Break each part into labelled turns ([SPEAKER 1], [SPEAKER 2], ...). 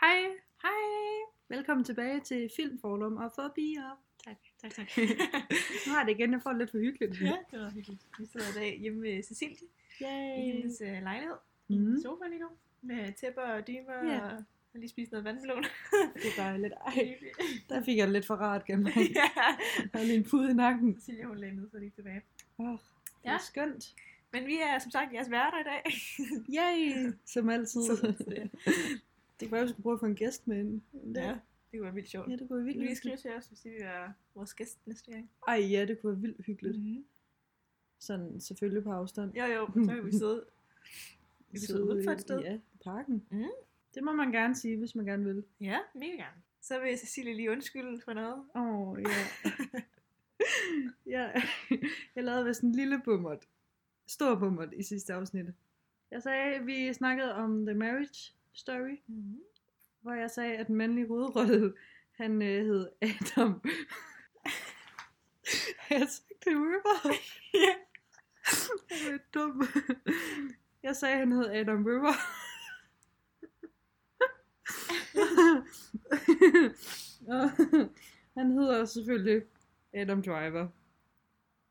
[SPEAKER 1] Hej, hej. Velkommen tilbage til Filmforum og Forbier.
[SPEAKER 2] Tak, tak, tak.
[SPEAKER 1] Nu har jeg det igen, jeg får det lidt for hyggeligt.
[SPEAKER 2] ja, det var hyggeligt. Vi sidder i dag hjemme ved Cecilie i
[SPEAKER 1] Yay.
[SPEAKER 2] hendes øh, lejlighed.
[SPEAKER 1] Mm.
[SPEAKER 2] Mm. Sofa lige nu. Med tæpper og dyner
[SPEAKER 1] Ja.
[SPEAKER 2] og har lige spist noget vandmelon.
[SPEAKER 1] Det er dejligt. Ej,
[SPEAKER 2] Hyggeligt.
[SPEAKER 1] der fik jeg det lidt for rart gennem.
[SPEAKER 2] ja.
[SPEAKER 1] Jeg havde lige en pude i nakken.
[SPEAKER 2] Cecilie hun lagde ned, så lige tilbage.
[SPEAKER 1] Oh, det er
[SPEAKER 2] Ja.
[SPEAKER 1] skønt.
[SPEAKER 2] Men vi er som sagt jeres værter i dag.
[SPEAKER 1] Yay, som altid.
[SPEAKER 2] Så det,
[SPEAKER 1] Det kunne være, vi skulle prøve at få en gæst med ind.
[SPEAKER 2] ja, det kunne være vildt sjovt.
[SPEAKER 1] Ja, det kunne være
[SPEAKER 2] Vi
[SPEAKER 1] vildt
[SPEAKER 2] lige
[SPEAKER 1] hyggeligt.
[SPEAKER 2] skrive til os, hvis I vil være vores gæst næste gang.
[SPEAKER 1] Ej, ja, det kunne være vildt hyggeligt.
[SPEAKER 2] Mm.
[SPEAKER 1] Sådan selvfølgelig på afstand.
[SPEAKER 2] Jo, jo, så kan vi sidde. Vi kan sidde udenfor et
[SPEAKER 1] i-
[SPEAKER 2] sted.
[SPEAKER 1] Ja, i parken.
[SPEAKER 2] Mm.
[SPEAKER 1] Det må man gerne sige, hvis man gerne vil.
[SPEAKER 2] Ja, mega gerne. Så vil Cecilie lige undskylde for noget.
[SPEAKER 1] Åh, oh, ja. ja. Jeg lavede vist en lille bummert. Stor bummert i sidste afsnit. Jeg sagde, vi snakkede om The Marriage Story,
[SPEAKER 2] Mm.
[SPEAKER 1] hvor jeg sagde, at den mandlige hovedrolle, han øh, hed Adam. Har jeg sagt det River?
[SPEAKER 2] ja.
[SPEAKER 1] Jeg er dum. Jeg sagde, han hed Adam River. Og han hedder selvfølgelig Adam Driver.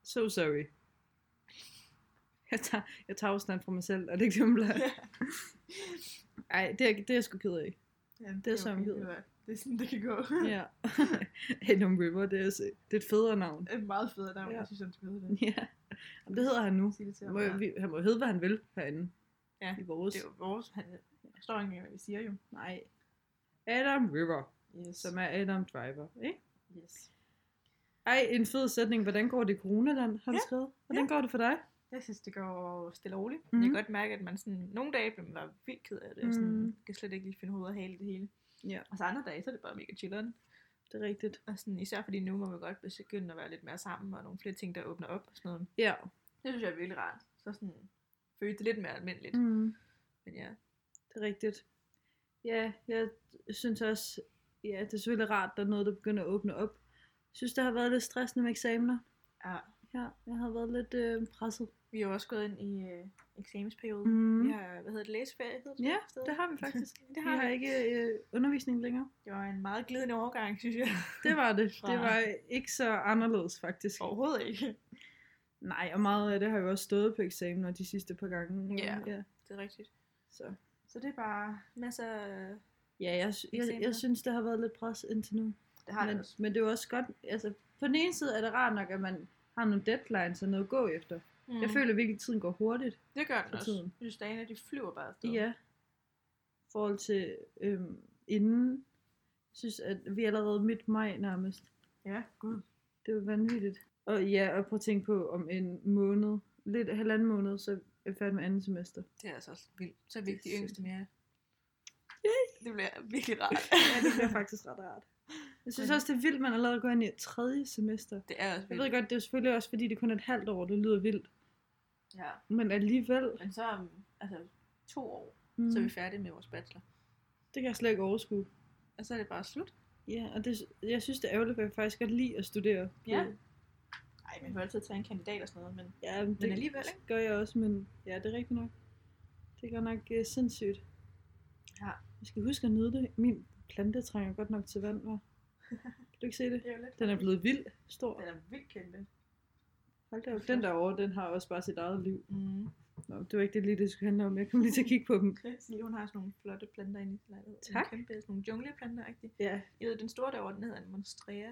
[SPEAKER 1] So sorry. Jeg tager, jeg tager afstand fra mig selv, og det er ikke dumt. Ej, det er, det er jeg sgu ked af.
[SPEAKER 2] Ja, det,
[SPEAKER 1] er
[SPEAKER 2] er
[SPEAKER 1] sådan,
[SPEAKER 2] okay,
[SPEAKER 1] det
[SPEAKER 2] det, var, det er sådan, det kan gå.
[SPEAKER 1] Ja. Adam River, det er, også- det er et federe navn.
[SPEAKER 2] Et meget federe navn,
[SPEAKER 1] Ja.
[SPEAKER 2] ja. jeg synes, han skal hedde det.
[SPEAKER 1] Ja. Jamen, det hedder han nu.
[SPEAKER 2] Sig det til
[SPEAKER 1] Han
[SPEAKER 2] ham.
[SPEAKER 1] må, jo-
[SPEAKER 2] Ja.
[SPEAKER 1] vi, han må jo hedde, hvad han vil herinde.
[SPEAKER 2] Ja,
[SPEAKER 1] I vores.
[SPEAKER 2] Det er jo vores, han forstår ikke engang, hvad vi siger jo.
[SPEAKER 1] Nej. Adam River,
[SPEAKER 2] Yes.
[SPEAKER 1] som er Adam Driver. Ikke?
[SPEAKER 2] yes.
[SPEAKER 1] Ej, en fed sætning. Hvordan går det i coronaland, har du
[SPEAKER 2] Ja,
[SPEAKER 1] skrevet? Hvordan går det for dig?
[SPEAKER 2] Jeg synes, det går stille og roligt.
[SPEAKER 1] Mhm.
[SPEAKER 2] Mm. Jeg kan godt mærke, at man sådan, nogle dage bliver man bare vildt ked af det, og sådan,
[SPEAKER 1] Mhm.
[SPEAKER 2] kan slet ikke lige finde hovedet og hale i det hele.
[SPEAKER 1] Ja.
[SPEAKER 2] Og så andre dage, så er det bare mega chilleren.
[SPEAKER 1] Det er rigtigt.
[SPEAKER 2] Og sådan, især fordi nu må man godt begynde at være lidt mere sammen, og nogle flere ting, der åbner op og sådan noget.
[SPEAKER 1] Ja.
[SPEAKER 2] Det synes jeg er virkelig rart. Så sådan, føles det lidt mere almindeligt. Mm.
[SPEAKER 1] Mm,
[SPEAKER 2] Men ja,
[SPEAKER 1] det er rigtigt. Ja, jeg synes også, ja, det er selvfølgelig rart, at der er noget, der begynder at åbne op. Jeg synes, det har været lidt stressende med eksamener.
[SPEAKER 2] ja.
[SPEAKER 1] Ja, jeg har været lidt øh, presset.
[SPEAKER 2] vi er jo også gået ind i øh, eksamensperioden.
[SPEAKER 1] Mm.
[SPEAKER 2] Vi har, hvad hedder det, læsefag? Hedder det
[SPEAKER 1] Ja,
[SPEAKER 2] sted?
[SPEAKER 1] det har vi faktisk.
[SPEAKER 2] Det
[SPEAKER 1] Vi
[SPEAKER 2] har,
[SPEAKER 1] har
[SPEAKER 2] vi.
[SPEAKER 1] ikke øh, undervisning længere.
[SPEAKER 2] Det var en meget glidende overgang, synes jeg.
[SPEAKER 1] Det var det.
[SPEAKER 2] Fra-
[SPEAKER 1] Det var ikke så anderledes, faktisk.
[SPEAKER 2] Overhovedet ikke.
[SPEAKER 1] Nej, og meget af det har jo også stået på eksamener de sidste par gange.
[SPEAKER 2] Ja.
[SPEAKER 1] ja.
[SPEAKER 2] Det er rigtigt.
[SPEAKER 1] Så.
[SPEAKER 2] Så det er bare masser af...
[SPEAKER 1] Ja, jeg, sy- jeg, jeg
[SPEAKER 2] Eksamener.
[SPEAKER 1] synes, det har været lidt pres indtil nu.
[SPEAKER 2] Det har det
[SPEAKER 1] men,
[SPEAKER 2] også.
[SPEAKER 1] men det er jo også godt, altså på den ene side er det rart nok, at man har nogle deadlines og noget at gå efter. Mm.
[SPEAKER 2] Mm.
[SPEAKER 1] Jeg føler virkelig, at tiden går hurtigt
[SPEAKER 2] det gør den
[SPEAKER 1] for
[SPEAKER 2] også.
[SPEAKER 1] tiden.
[SPEAKER 2] Jeg synes, dagene, de flyver bare afsted.
[SPEAKER 1] Ja. ja. I forhold til øhm, inden, jeg synes, at vi er allerede midt maj nærmest.
[SPEAKER 2] Ja, gud.
[SPEAKER 1] Det er jo vanvittigt. Og ja, og prøv at tænke på om en måned, lidt halvanden måned, så er jeg færdig med andet semester.
[SPEAKER 2] Det er altså også vildt. Så
[SPEAKER 1] Det er
[SPEAKER 2] vigtigt de yngste
[SPEAKER 1] sindssygt.
[SPEAKER 2] mere. Det bliver virkelig rart.
[SPEAKER 1] Ja, det bliver faktisk ret rart. Jeg synes
[SPEAKER 2] Men-
[SPEAKER 1] også, det er vildt, man allerede går ind i tredje semester.
[SPEAKER 2] det er også
[SPEAKER 1] Jeg
[SPEAKER 2] vildt.
[SPEAKER 1] ved godt, det er selvfølgelig også, fordi det kun er et halvt år, det lyder vildt.
[SPEAKER 2] Ja.
[SPEAKER 1] Men alligevel,
[SPEAKER 2] Men så om altså, to år,
[SPEAKER 1] mm,
[SPEAKER 2] mm. så er vi færdige med vores bachelor.
[SPEAKER 1] det kan jeg slet ikke overskue.
[SPEAKER 2] Og så er det bare slut.
[SPEAKER 1] Ja, og det, jeg synes, det er ærgerligt, for jeg kan faktisk godt lide at studere. på-
[SPEAKER 2] Ja. Nej, man kan jo altid tage en kandidat og sådan noget, men
[SPEAKER 1] ja men det men alligevel,
[SPEAKER 2] alligevel,
[SPEAKER 1] ikke? gør jeg også, men ja, det er rigtigt nok. Det gør nok uh, sindssygt.
[SPEAKER 2] Ja.
[SPEAKER 1] Jeg skal huske at nyde det. Min plante trænger godt nok til vand, var. Kan du ikke se det?
[SPEAKER 2] er jo lidt.
[SPEAKER 1] Den er blevet vildt stor.
[SPEAKER 2] Den er vildt kæmpe.
[SPEAKER 1] Hold da op. Den derovre, den har også bare sit eget liv.
[SPEAKER 2] Mm.
[SPEAKER 1] Nå, det var ikke det lige, det skulle handle om. Jeg kom lige til at kigge på dem.
[SPEAKER 2] Cecilie, hun har sådan nogle flotte planter inde i sin lejlighed.
[SPEAKER 1] Tak.
[SPEAKER 2] Nogle kæmpe, sådan nogle jungleplanter -agtige.
[SPEAKER 1] Ja,
[SPEAKER 2] Jeg ved, den store derovre, den hedder en monstrea.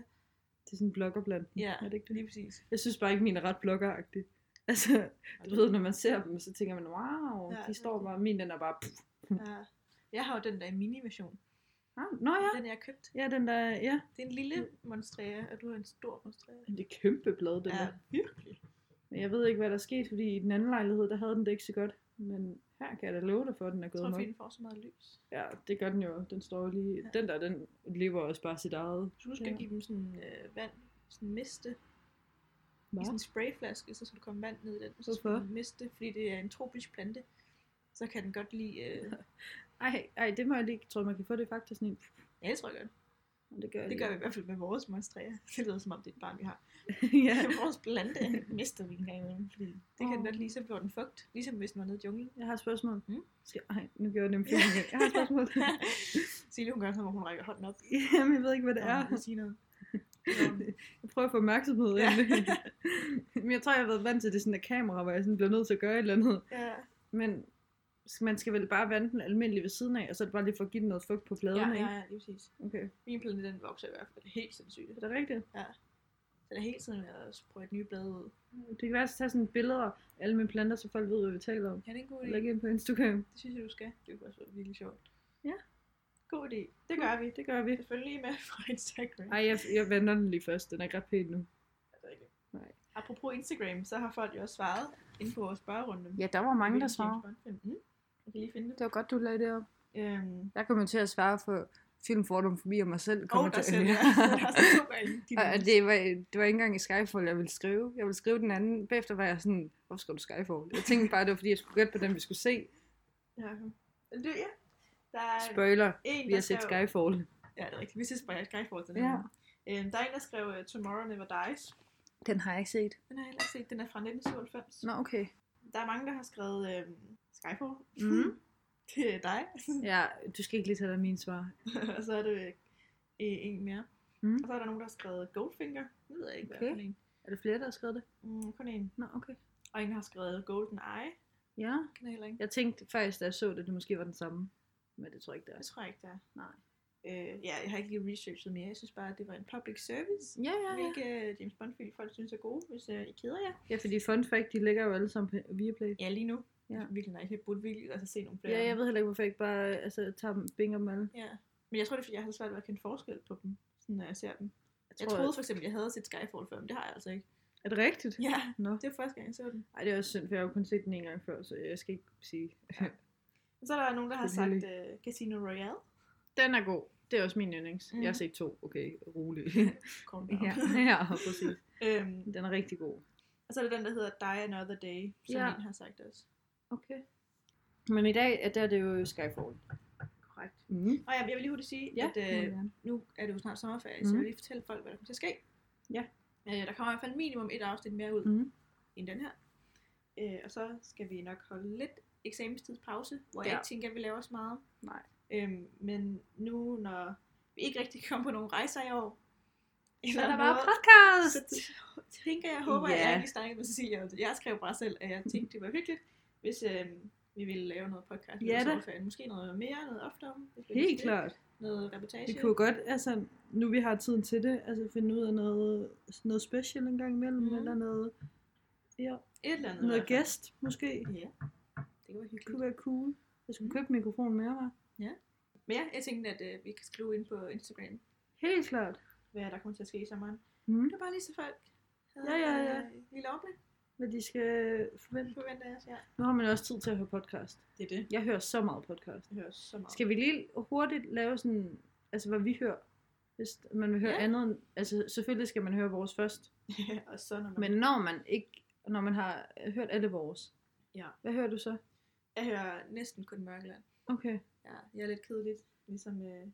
[SPEAKER 1] det er sådan en bloggerblandt.
[SPEAKER 2] Ja,
[SPEAKER 1] er det ikke det?
[SPEAKER 2] Lige præcis.
[SPEAKER 1] Jeg synes bare ikke, min er ret bloggeragtig. Altså, du ved, når man ser dem, så tænker man, wow,
[SPEAKER 2] Ja,
[SPEAKER 1] de
[SPEAKER 2] det
[SPEAKER 1] står
[SPEAKER 2] er
[SPEAKER 1] bare, min den er bare, pff.
[SPEAKER 2] Ja. Jeg har jo den der mini-version.
[SPEAKER 1] Ah, nå ja,
[SPEAKER 2] Den, jeg har købt.
[SPEAKER 1] ja, den der, ja.
[SPEAKER 2] Det er en lille monstrea, og du har en stor monstrea.
[SPEAKER 1] Men Det er kæmpe blad, den
[SPEAKER 2] Ja,
[SPEAKER 1] der.
[SPEAKER 2] virkelig.
[SPEAKER 1] Men jeg ved ikke, hvad der skete, fordi i den anden lejlighed, der havde den det ikke så godt. Men her kan jeg da love dig for, at den er
[SPEAKER 2] Jeg
[SPEAKER 1] gået
[SPEAKER 2] tror,
[SPEAKER 1] nok.
[SPEAKER 2] fordi den får så meget lys.
[SPEAKER 1] Ja, det gør den jo. Den står jo lige.
[SPEAKER 2] Ja.
[SPEAKER 1] Den der, den lever også bare sit eget.
[SPEAKER 2] Så du skal
[SPEAKER 1] Ja.
[SPEAKER 2] ja. give dem sådan øh, vand, sådan miste, i sådan en
[SPEAKER 1] Hva?
[SPEAKER 2] sprayflaske, så skal der komme vand ned i den. Så skal
[SPEAKER 1] Hvorfor?
[SPEAKER 2] den miste, fordi det er en tropisk plante. Så kan den godt lide... Øh...
[SPEAKER 1] Ej, ej, det må jeg lige. Jeg tror, man kan få det faktisk sådan en.
[SPEAKER 2] Ja, det tror jeg godt.
[SPEAKER 1] Men Det gør, jeg
[SPEAKER 2] Det
[SPEAKER 1] lige.
[SPEAKER 2] gør vi i hvert fald med vores monstrea. Det lyder som om, det er et barn, vi har.
[SPEAKER 1] ja.
[SPEAKER 2] Vores plante mister vi engang imellem, fordi det kan den godt lide, så bliver den fugt, ligesom hvis den var nede i junglen.
[SPEAKER 1] Jeg har et spørgsmål.
[SPEAKER 2] Mm.
[SPEAKER 1] Skal, ej, nu gjorde jeg det en Jeg har et spørgsmål.
[SPEAKER 2] Silje, hun gør sådan, hvor hun rækker hånden op.
[SPEAKER 1] Jamen, jeg ved ikke, hvad det
[SPEAKER 2] Nå,
[SPEAKER 1] er.
[SPEAKER 2] jeg vil sige noget.
[SPEAKER 1] Jeg prøver at få opmærksomhed
[SPEAKER 2] Ja.
[SPEAKER 1] ja. egentlig. Men jeg tror, jeg har været vant til det sådan der kamera, hvor jeg sådan bliver nødt til at gøre et eller andet.
[SPEAKER 2] Ja.
[SPEAKER 1] Men man skal vel bare vande den almindelige ved siden af, og så er det bare lige for at give den noget fugt på
[SPEAKER 2] Ja,
[SPEAKER 1] pladerne,
[SPEAKER 2] ja,
[SPEAKER 1] ikke?
[SPEAKER 2] ja, lige præcis.
[SPEAKER 1] Okay.
[SPEAKER 2] Min plante, den vokser i hvert fald helt sindssygt.
[SPEAKER 1] Er det rigtigt?
[SPEAKER 2] Den er hele tiden ved at sprøjte nye blade ud.
[SPEAKER 1] Det kan være, at tage sådan billeder af alle mine planter, så folk ved, hvad vi taler om.
[SPEAKER 2] Ja, det er en god idé.
[SPEAKER 1] Læg ind på Instagram.
[SPEAKER 2] Det synes jeg, du skal. Det kunne også være virkelig sjovt.
[SPEAKER 1] Ja.
[SPEAKER 2] God idé. Det gør vi.
[SPEAKER 1] Det gør vi.
[SPEAKER 2] Selvfølgelig med fra Instagram.
[SPEAKER 1] Ej, jeg, jeg vender den lige først. Den er ikke ret pæn nu.
[SPEAKER 2] Er det rigtigt?
[SPEAKER 1] Nej.
[SPEAKER 2] Apropos Instagram, så har folk jo også svaret inde på vores spørgerunde.
[SPEAKER 1] Ja, der var mange, der
[SPEAKER 2] Hvilken James
[SPEAKER 1] svarede.
[SPEAKER 2] Bond-film? Mm. Jeg kan lige finde det.
[SPEAKER 1] Det var godt, du lagde det op.
[SPEAKER 2] Øhm,
[SPEAKER 1] Jeg kommer til at svare for film, fordom, forbi og mig selv.
[SPEAKER 2] og
[SPEAKER 1] kommer
[SPEAKER 2] der
[SPEAKER 1] til-
[SPEAKER 2] selv, ja. Der er sådan to gange.
[SPEAKER 1] Og og det var, det var ikke engang i Skyfall, jeg ville skrive. Jeg ville skrive den anden. Bagefter var jeg sådan, hvorfor skrev du Skyfall? Jeg tænkte bare, det var fordi, jeg skulle gætte på den, vi skulle se.
[SPEAKER 2] Ja, okay. det, ja. Der er
[SPEAKER 1] Spoiler,
[SPEAKER 2] en,
[SPEAKER 1] vi
[SPEAKER 2] der
[SPEAKER 1] har set
[SPEAKER 2] skrev-
[SPEAKER 1] Skyfall.
[SPEAKER 2] Ja, det er rigtigt. Vi ses bare i Skyfall til den
[SPEAKER 1] Ja.
[SPEAKER 2] her. Øhm, der er en, der skrev øh, Tomorrow Never Dies.
[SPEAKER 1] Den har jeg ikke set.
[SPEAKER 2] Den har jeg heller ikke set. Den er fra 1997.
[SPEAKER 1] Nå, okay.
[SPEAKER 2] Der er mange, der har skrevet øhm, Skyfall.
[SPEAKER 1] Mhm.
[SPEAKER 2] det er dig.
[SPEAKER 1] Ja, du skal ikke lige tage dig mine svar.
[SPEAKER 2] og så er det øh, en mere.
[SPEAKER 1] Mhm.
[SPEAKER 2] Og så er der nogen, der har skrevet Goldfinger. Det ved jeg ikke, hvad
[SPEAKER 1] Okay.
[SPEAKER 2] okay. for en.
[SPEAKER 1] Er der flere, der har skrevet det?
[SPEAKER 2] Mm, kun en.
[SPEAKER 1] Nå, okay.
[SPEAKER 2] Og en har skrevet Golden Eye.
[SPEAKER 1] Ja,
[SPEAKER 2] Kan jeg heller ikke.
[SPEAKER 1] jeg tænkte faktisk, da jeg så det, det måske var den samme. Men det tror jeg ikke, det
[SPEAKER 2] Det
[SPEAKER 1] er.
[SPEAKER 2] tror jeg ikke, der er.
[SPEAKER 1] Nej.
[SPEAKER 2] Øh, ja, jeg har ikke lige researchet mere. Jeg synes bare, at det var en public service.
[SPEAKER 1] Ja, ja, ja.
[SPEAKER 2] Hvilke øh, James Bond-film folk synes er gode, hvis øh, I keder jer.
[SPEAKER 1] Ja, fordi fun fact, de ligger jo alle sammen på Viaplay.
[SPEAKER 2] Ja, lige nu. Altså,
[SPEAKER 1] Ja.
[SPEAKER 2] Virkelig nej. Jeg burde virkelig altså, se nogle flere.
[SPEAKER 1] Ja,
[SPEAKER 2] af
[SPEAKER 1] jeg
[SPEAKER 2] dem.
[SPEAKER 1] ved heller ikke, hvorfor jeg ikke bare altså, tager dem- binger dem alle.
[SPEAKER 2] Ja. Men jeg tror, det er, fordi jeg har svært ved at kende forskel på dem, sådan, når jeg ser dem. Jeg, jeg
[SPEAKER 1] tror,
[SPEAKER 2] troede for eksempel, jeg havde set Skyfall før, men det har jeg altså ikke.
[SPEAKER 1] Er det rigtigt?
[SPEAKER 2] Ja,
[SPEAKER 1] Nå.
[SPEAKER 2] det var første gang, jeg så den.
[SPEAKER 1] Ej, det er også synd, for jeg har jo kun set den en gang før, så jeg skal ikke sige.
[SPEAKER 2] Og så er der nogen, der har sagt
[SPEAKER 1] Selvfølgelig.
[SPEAKER 2] uh, Casino Royale.
[SPEAKER 1] Den er god. Det er også min yndlings.
[SPEAKER 2] Mhm.
[SPEAKER 1] Mm. Jeg har set to. Okay, rolig.
[SPEAKER 2] Kom
[SPEAKER 1] ja, ja, præcis.
[SPEAKER 2] øhm,
[SPEAKER 1] Den er rigtig god.
[SPEAKER 2] og så er der den, der hedder Die Another Day, som
[SPEAKER 1] Ja.
[SPEAKER 2] en har sagt også.
[SPEAKER 1] Okay. Men i dag, er der er det jo Skyfall.
[SPEAKER 2] Korrekt.
[SPEAKER 1] Mm.
[SPEAKER 2] Og ja, jeg vil lige hurtigt sige,
[SPEAKER 1] Ja,
[SPEAKER 2] at øh, nu er det jo snart sommerferie, mm. så
[SPEAKER 1] Mhm.
[SPEAKER 2] jeg vil lige fortælle folk, hvad der kommer til at ske.
[SPEAKER 1] Ja.
[SPEAKER 2] Øh, der kommer i hvert fald minimum et afsnit mere ud mm.
[SPEAKER 1] Mm.
[SPEAKER 2] end den her. Øh, og så skal vi nok holde lidt eksamenstidspause, hvor ja.
[SPEAKER 1] Ja.
[SPEAKER 2] jeg ikke tænker, at vi laver så meget.
[SPEAKER 1] Nej.
[SPEAKER 2] Øhm, men nu, når vi ikke rigtig kan komme på nogen rejser i år,
[SPEAKER 1] Så
[SPEAKER 2] eller
[SPEAKER 1] er der bare
[SPEAKER 2] noget, så
[SPEAKER 1] podcast!
[SPEAKER 2] t- tænker jeg, håber yeah.
[SPEAKER 1] Ja.
[SPEAKER 2] jeg, ikke snakkede med Cecilia om det. Jeg skrev bare selv, at jeg tænkte, det var hyggeligt, hvis øhm, vi ville lave noget podcast.
[SPEAKER 1] Ja
[SPEAKER 2] Ja,
[SPEAKER 1] da.
[SPEAKER 2] da. Måske noget mere, noget oftere. hvis vi har
[SPEAKER 1] Helt
[SPEAKER 2] lyst til det.
[SPEAKER 1] klart.
[SPEAKER 2] Noget reportage.
[SPEAKER 1] Vi kunne jo godt, altså, nu vi har tiden til det, altså finde ud af noget, noget special en gang imellem,
[SPEAKER 2] Mhm.
[SPEAKER 1] mm. eller noget, ja,
[SPEAKER 2] Et eller andet. i
[SPEAKER 1] noget
[SPEAKER 2] hvert fald.
[SPEAKER 1] gæst måske.
[SPEAKER 2] Ja, det kunne være
[SPEAKER 1] Det kunne
[SPEAKER 2] hyggeligt.
[SPEAKER 1] være cool. Jeg skulle købe mikrofonen med mig.
[SPEAKER 2] Men ja, jeg tænkte, at øh, vi kan skrive ind på Instagram,
[SPEAKER 1] Helt klart.
[SPEAKER 2] hvad der kommer til at ske i sommeren.
[SPEAKER 1] Mm.
[SPEAKER 2] Det er bare lige så folk havde
[SPEAKER 1] Ja, ja, ja.
[SPEAKER 2] øh, lille overblik.
[SPEAKER 1] Hvad de skal øh, forvente.
[SPEAKER 2] Forventer jeg, ja.
[SPEAKER 1] Nu har man også tid til at høre podcast.
[SPEAKER 2] Det er det.
[SPEAKER 1] Jeg hører så meget podcast.
[SPEAKER 2] Jeg hører så meget.
[SPEAKER 1] Skal vi lige hurtigt lave sådan, altså hvad vi hører? Hvis man vil høre
[SPEAKER 2] Ja.
[SPEAKER 1] ja. andet, end- altså selvfølgelig skal man høre vores først.
[SPEAKER 2] Ja, og så når man...
[SPEAKER 1] Men når man ikke, når man har hørt alle vores,
[SPEAKER 2] Ja.
[SPEAKER 1] hvad hører du så?
[SPEAKER 2] Jeg hører næsten kun Mørkeland.
[SPEAKER 1] Okay,
[SPEAKER 2] Ja, jeg er lidt kedeligt, ligesom øh,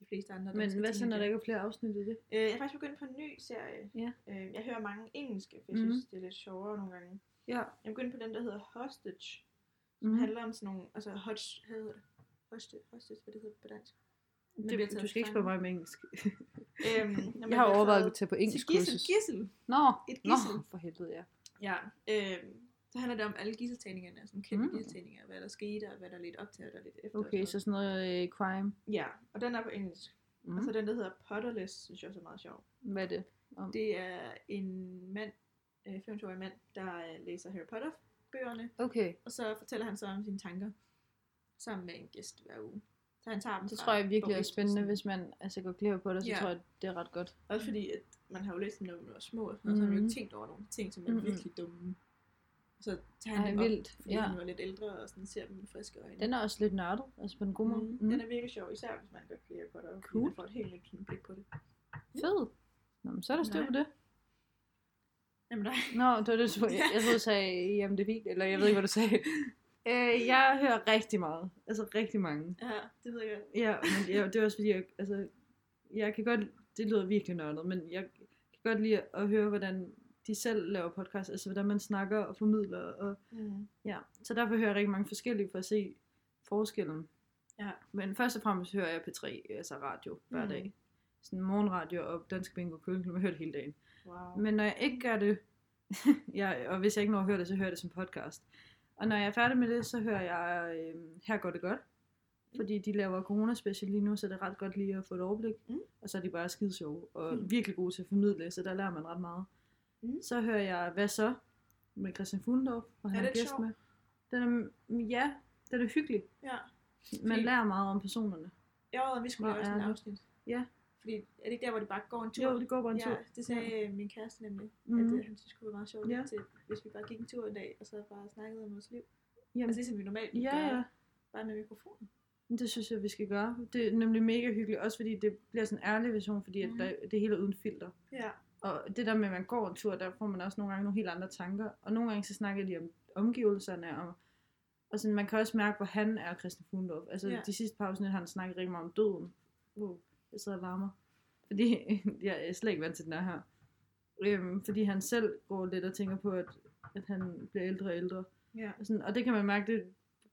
[SPEAKER 2] de fleste andre.
[SPEAKER 1] men
[SPEAKER 2] danske
[SPEAKER 1] hvad så, når der
[SPEAKER 2] teenager.
[SPEAKER 1] ikke er flere afsnit i det?
[SPEAKER 2] Øh, jeg er faktisk begyndt på en ny serie.
[SPEAKER 1] Ja.
[SPEAKER 2] Øh, jeg hører mange engelske, for jeg
[SPEAKER 1] Mhm.
[SPEAKER 2] synes, det er lidt sjovere nogle gange.
[SPEAKER 1] Ja.
[SPEAKER 2] Jeg er begyndt på den, der hedder Hostage, som
[SPEAKER 1] Mm.
[SPEAKER 2] handler om sådan nogle... Altså, hostage, hvad hedder det? Hostage, hostage, hvad det hedder på dansk. Man bliver
[SPEAKER 1] Det,
[SPEAKER 2] taget
[SPEAKER 1] du skal ikke
[SPEAKER 2] til
[SPEAKER 1] spørge mig om engelsk.
[SPEAKER 2] Øhm, når man
[SPEAKER 1] Jeg har
[SPEAKER 2] bliver
[SPEAKER 1] overvejet
[SPEAKER 2] taget
[SPEAKER 1] at tage på
[SPEAKER 2] til
[SPEAKER 1] engelsk
[SPEAKER 2] gissel,
[SPEAKER 1] kursus.
[SPEAKER 2] gissel.
[SPEAKER 1] Nå,
[SPEAKER 2] Et
[SPEAKER 1] Nå,
[SPEAKER 2] gissel.
[SPEAKER 1] for helvede, ja.
[SPEAKER 2] Ja, øhm, så handler det om alle gisseltagningerne, sådan kendte mm.
[SPEAKER 1] Mm.
[SPEAKER 2] gisseltagninger, hvad der skete, og hvad der er lidt op til, og hvad der er lidt efter. og
[SPEAKER 1] Okay, så
[SPEAKER 2] sådan
[SPEAKER 1] sådan noget øh, crime.
[SPEAKER 2] noget. Ja, og den er på engelsk. Mm.
[SPEAKER 1] Mm.
[SPEAKER 2] Og så den, der hedder Potterless, synes jeg også er meget sjov.
[SPEAKER 1] Hvad er det?
[SPEAKER 2] Det er en mand, øh, 25-årig mand, der øh, læser Harry Potter-bøgerne,
[SPEAKER 1] Okay,
[SPEAKER 2] og så fortæller han så om sine tanker sammen med en gæst hver uge. Så han tager dem
[SPEAKER 1] det
[SPEAKER 2] fra
[SPEAKER 1] tror jeg virkelig er
[SPEAKER 2] bog et til
[SPEAKER 1] spændende,
[SPEAKER 2] sådan-
[SPEAKER 1] hvis man altså, går glip på det, så
[SPEAKER 2] Ja.
[SPEAKER 1] tror jeg, det er ret godt.
[SPEAKER 2] Også fordi, at man har jo læst dem, når man var små, og sådan, noget, så har man jo
[SPEAKER 1] Mhm.
[SPEAKER 2] ikke tænkt over nogle ting, som er
[SPEAKER 1] Mhm.
[SPEAKER 2] virkelig dumme. Så tager han
[SPEAKER 1] Ej,
[SPEAKER 2] dem op,
[SPEAKER 1] vildt.
[SPEAKER 2] fordi
[SPEAKER 1] Ja.
[SPEAKER 2] han var lidt ældre, og sådan ser dem med friske øjne.
[SPEAKER 1] Den er også lidt nørdet, altså på en god måde.
[SPEAKER 2] Mm.
[SPEAKER 1] Mm.
[SPEAKER 2] Den er virkelig sjov, især hvis man godt kan lide Harry Potter. Cool.
[SPEAKER 1] Cool.
[SPEAKER 2] Man får et helt nyt sådan blik på det.
[SPEAKER 1] Fed. Nå, men så er der styr på det.
[SPEAKER 2] Jamen nej.
[SPEAKER 1] Nå, det var det, du jeg, jeg troede, du sagde, jamen det er fint, eller jeg ved ikke, hvad du sagde. Øh, jeg hører rigtig meget, altså rigtig mange.
[SPEAKER 2] Ja, det ved jeg godt.
[SPEAKER 1] Ja, men jeg, det er også fordi, jeg, altså, jeg kan godt, det lyder virkelig nørdet, men jeg kan godt lide at høre, hvordan de selv laver podcast, altså hvordan man snakker og formidler, og
[SPEAKER 2] Mm.
[SPEAKER 1] ja, så derfor hører jeg rigtig mange forskellige for at se forskellen.
[SPEAKER 2] Ja.
[SPEAKER 1] Men først og fremmest hører jeg P3, altså radio, hver
[SPEAKER 2] Mm.
[SPEAKER 1] mm. dag. Sådan morgenradio og Dansk Bingo Køkken, jeg hører det hele dagen.
[SPEAKER 2] Wow.
[SPEAKER 1] Men når jeg ikke gør det, jeg, og hvis jeg ikke når at høre det, så hører jeg det som podcast. Og når jeg er færdig med det, så hører jeg, øh, her går det godt. Fordi de laver coronaspecial lige nu, så det er ret godt lige at få et overblik.
[SPEAKER 2] Mm.
[SPEAKER 1] Og så er de bare skide sjove, og
[SPEAKER 2] Mm.
[SPEAKER 1] virkelig gode til at formidle, så der lærer man ret meget.
[SPEAKER 2] Mm.
[SPEAKER 1] Så hører jeg, hvad så? Med Christian Fuglendorf, og han
[SPEAKER 2] Er
[SPEAKER 1] er,
[SPEAKER 2] den
[SPEAKER 1] gæst
[SPEAKER 2] sjov?
[SPEAKER 1] med. Den er, ja, den er hyggelig.
[SPEAKER 2] Ja.
[SPEAKER 1] Man
[SPEAKER 2] Fordi-
[SPEAKER 1] lærer meget om personerne.
[SPEAKER 2] Jeg overvejede, om vi skulle
[SPEAKER 1] Hvor
[SPEAKER 2] lave sådan
[SPEAKER 1] er
[SPEAKER 2] et
[SPEAKER 1] det?
[SPEAKER 2] afsnit.
[SPEAKER 1] Ja.
[SPEAKER 2] Fordi er det ikke der, hvor de bare går en tur?
[SPEAKER 1] Jo, det går bare en tur.
[SPEAKER 2] Ja, det sagde ja. min kæreste nemlig, mm. at
[SPEAKER 1] Mhm.
[SPEAKER 2] øh, han synes, det kunne være meget sjovt,
[SPEAKER 1] Ja.
[SPEAKER 2] ja. til, hvis vi bare gik en tur en dag, og så bare snakkede om vores liv.
[SPEAKER 1] Jamen,
[SPEAKER 2] Altså ligesom vi normalt
[SPEAKER 1] ja,
[SPEAKER 2] gør,
[SPEAKER 1] ja.
[SPEAKER 2] bare med mikrofonen.
[SPEAKER 1] Men Det synes jeg, vi skal gøre. Det er nemlig mega hyggeligt, også fordi det bliver sådan en ærlig version, fordi at
[SPEAKER 2] Mhm.
[SPEAKER 1] der, det hele er uden filter.
[SPEAKER 2] Ja.
[SPEAKER 1] Og det der med, at man går en tur, der får man også nogle gange nogle helt andre tanker. Og nogle gange så snakker de om omgivelserne, og, og sådan, man kan også mærke, hvor han er Christian Fuglendorf. Altså
[SPEAKER 2] Ja.
[SPEAKER 1] de sidste par afsnit har han snakket rigtig meget om døden. Wow, jeg sidder og larmer. Fordi jeg er slet ikke vant til den er her. Øhm, fordi han selv går lidt og tænker på, at, at han bliver ældre og ældre.
[SPEAKER 2] Ja.
[SPEAKER 1] Og Sådan, og det kan man mærke, det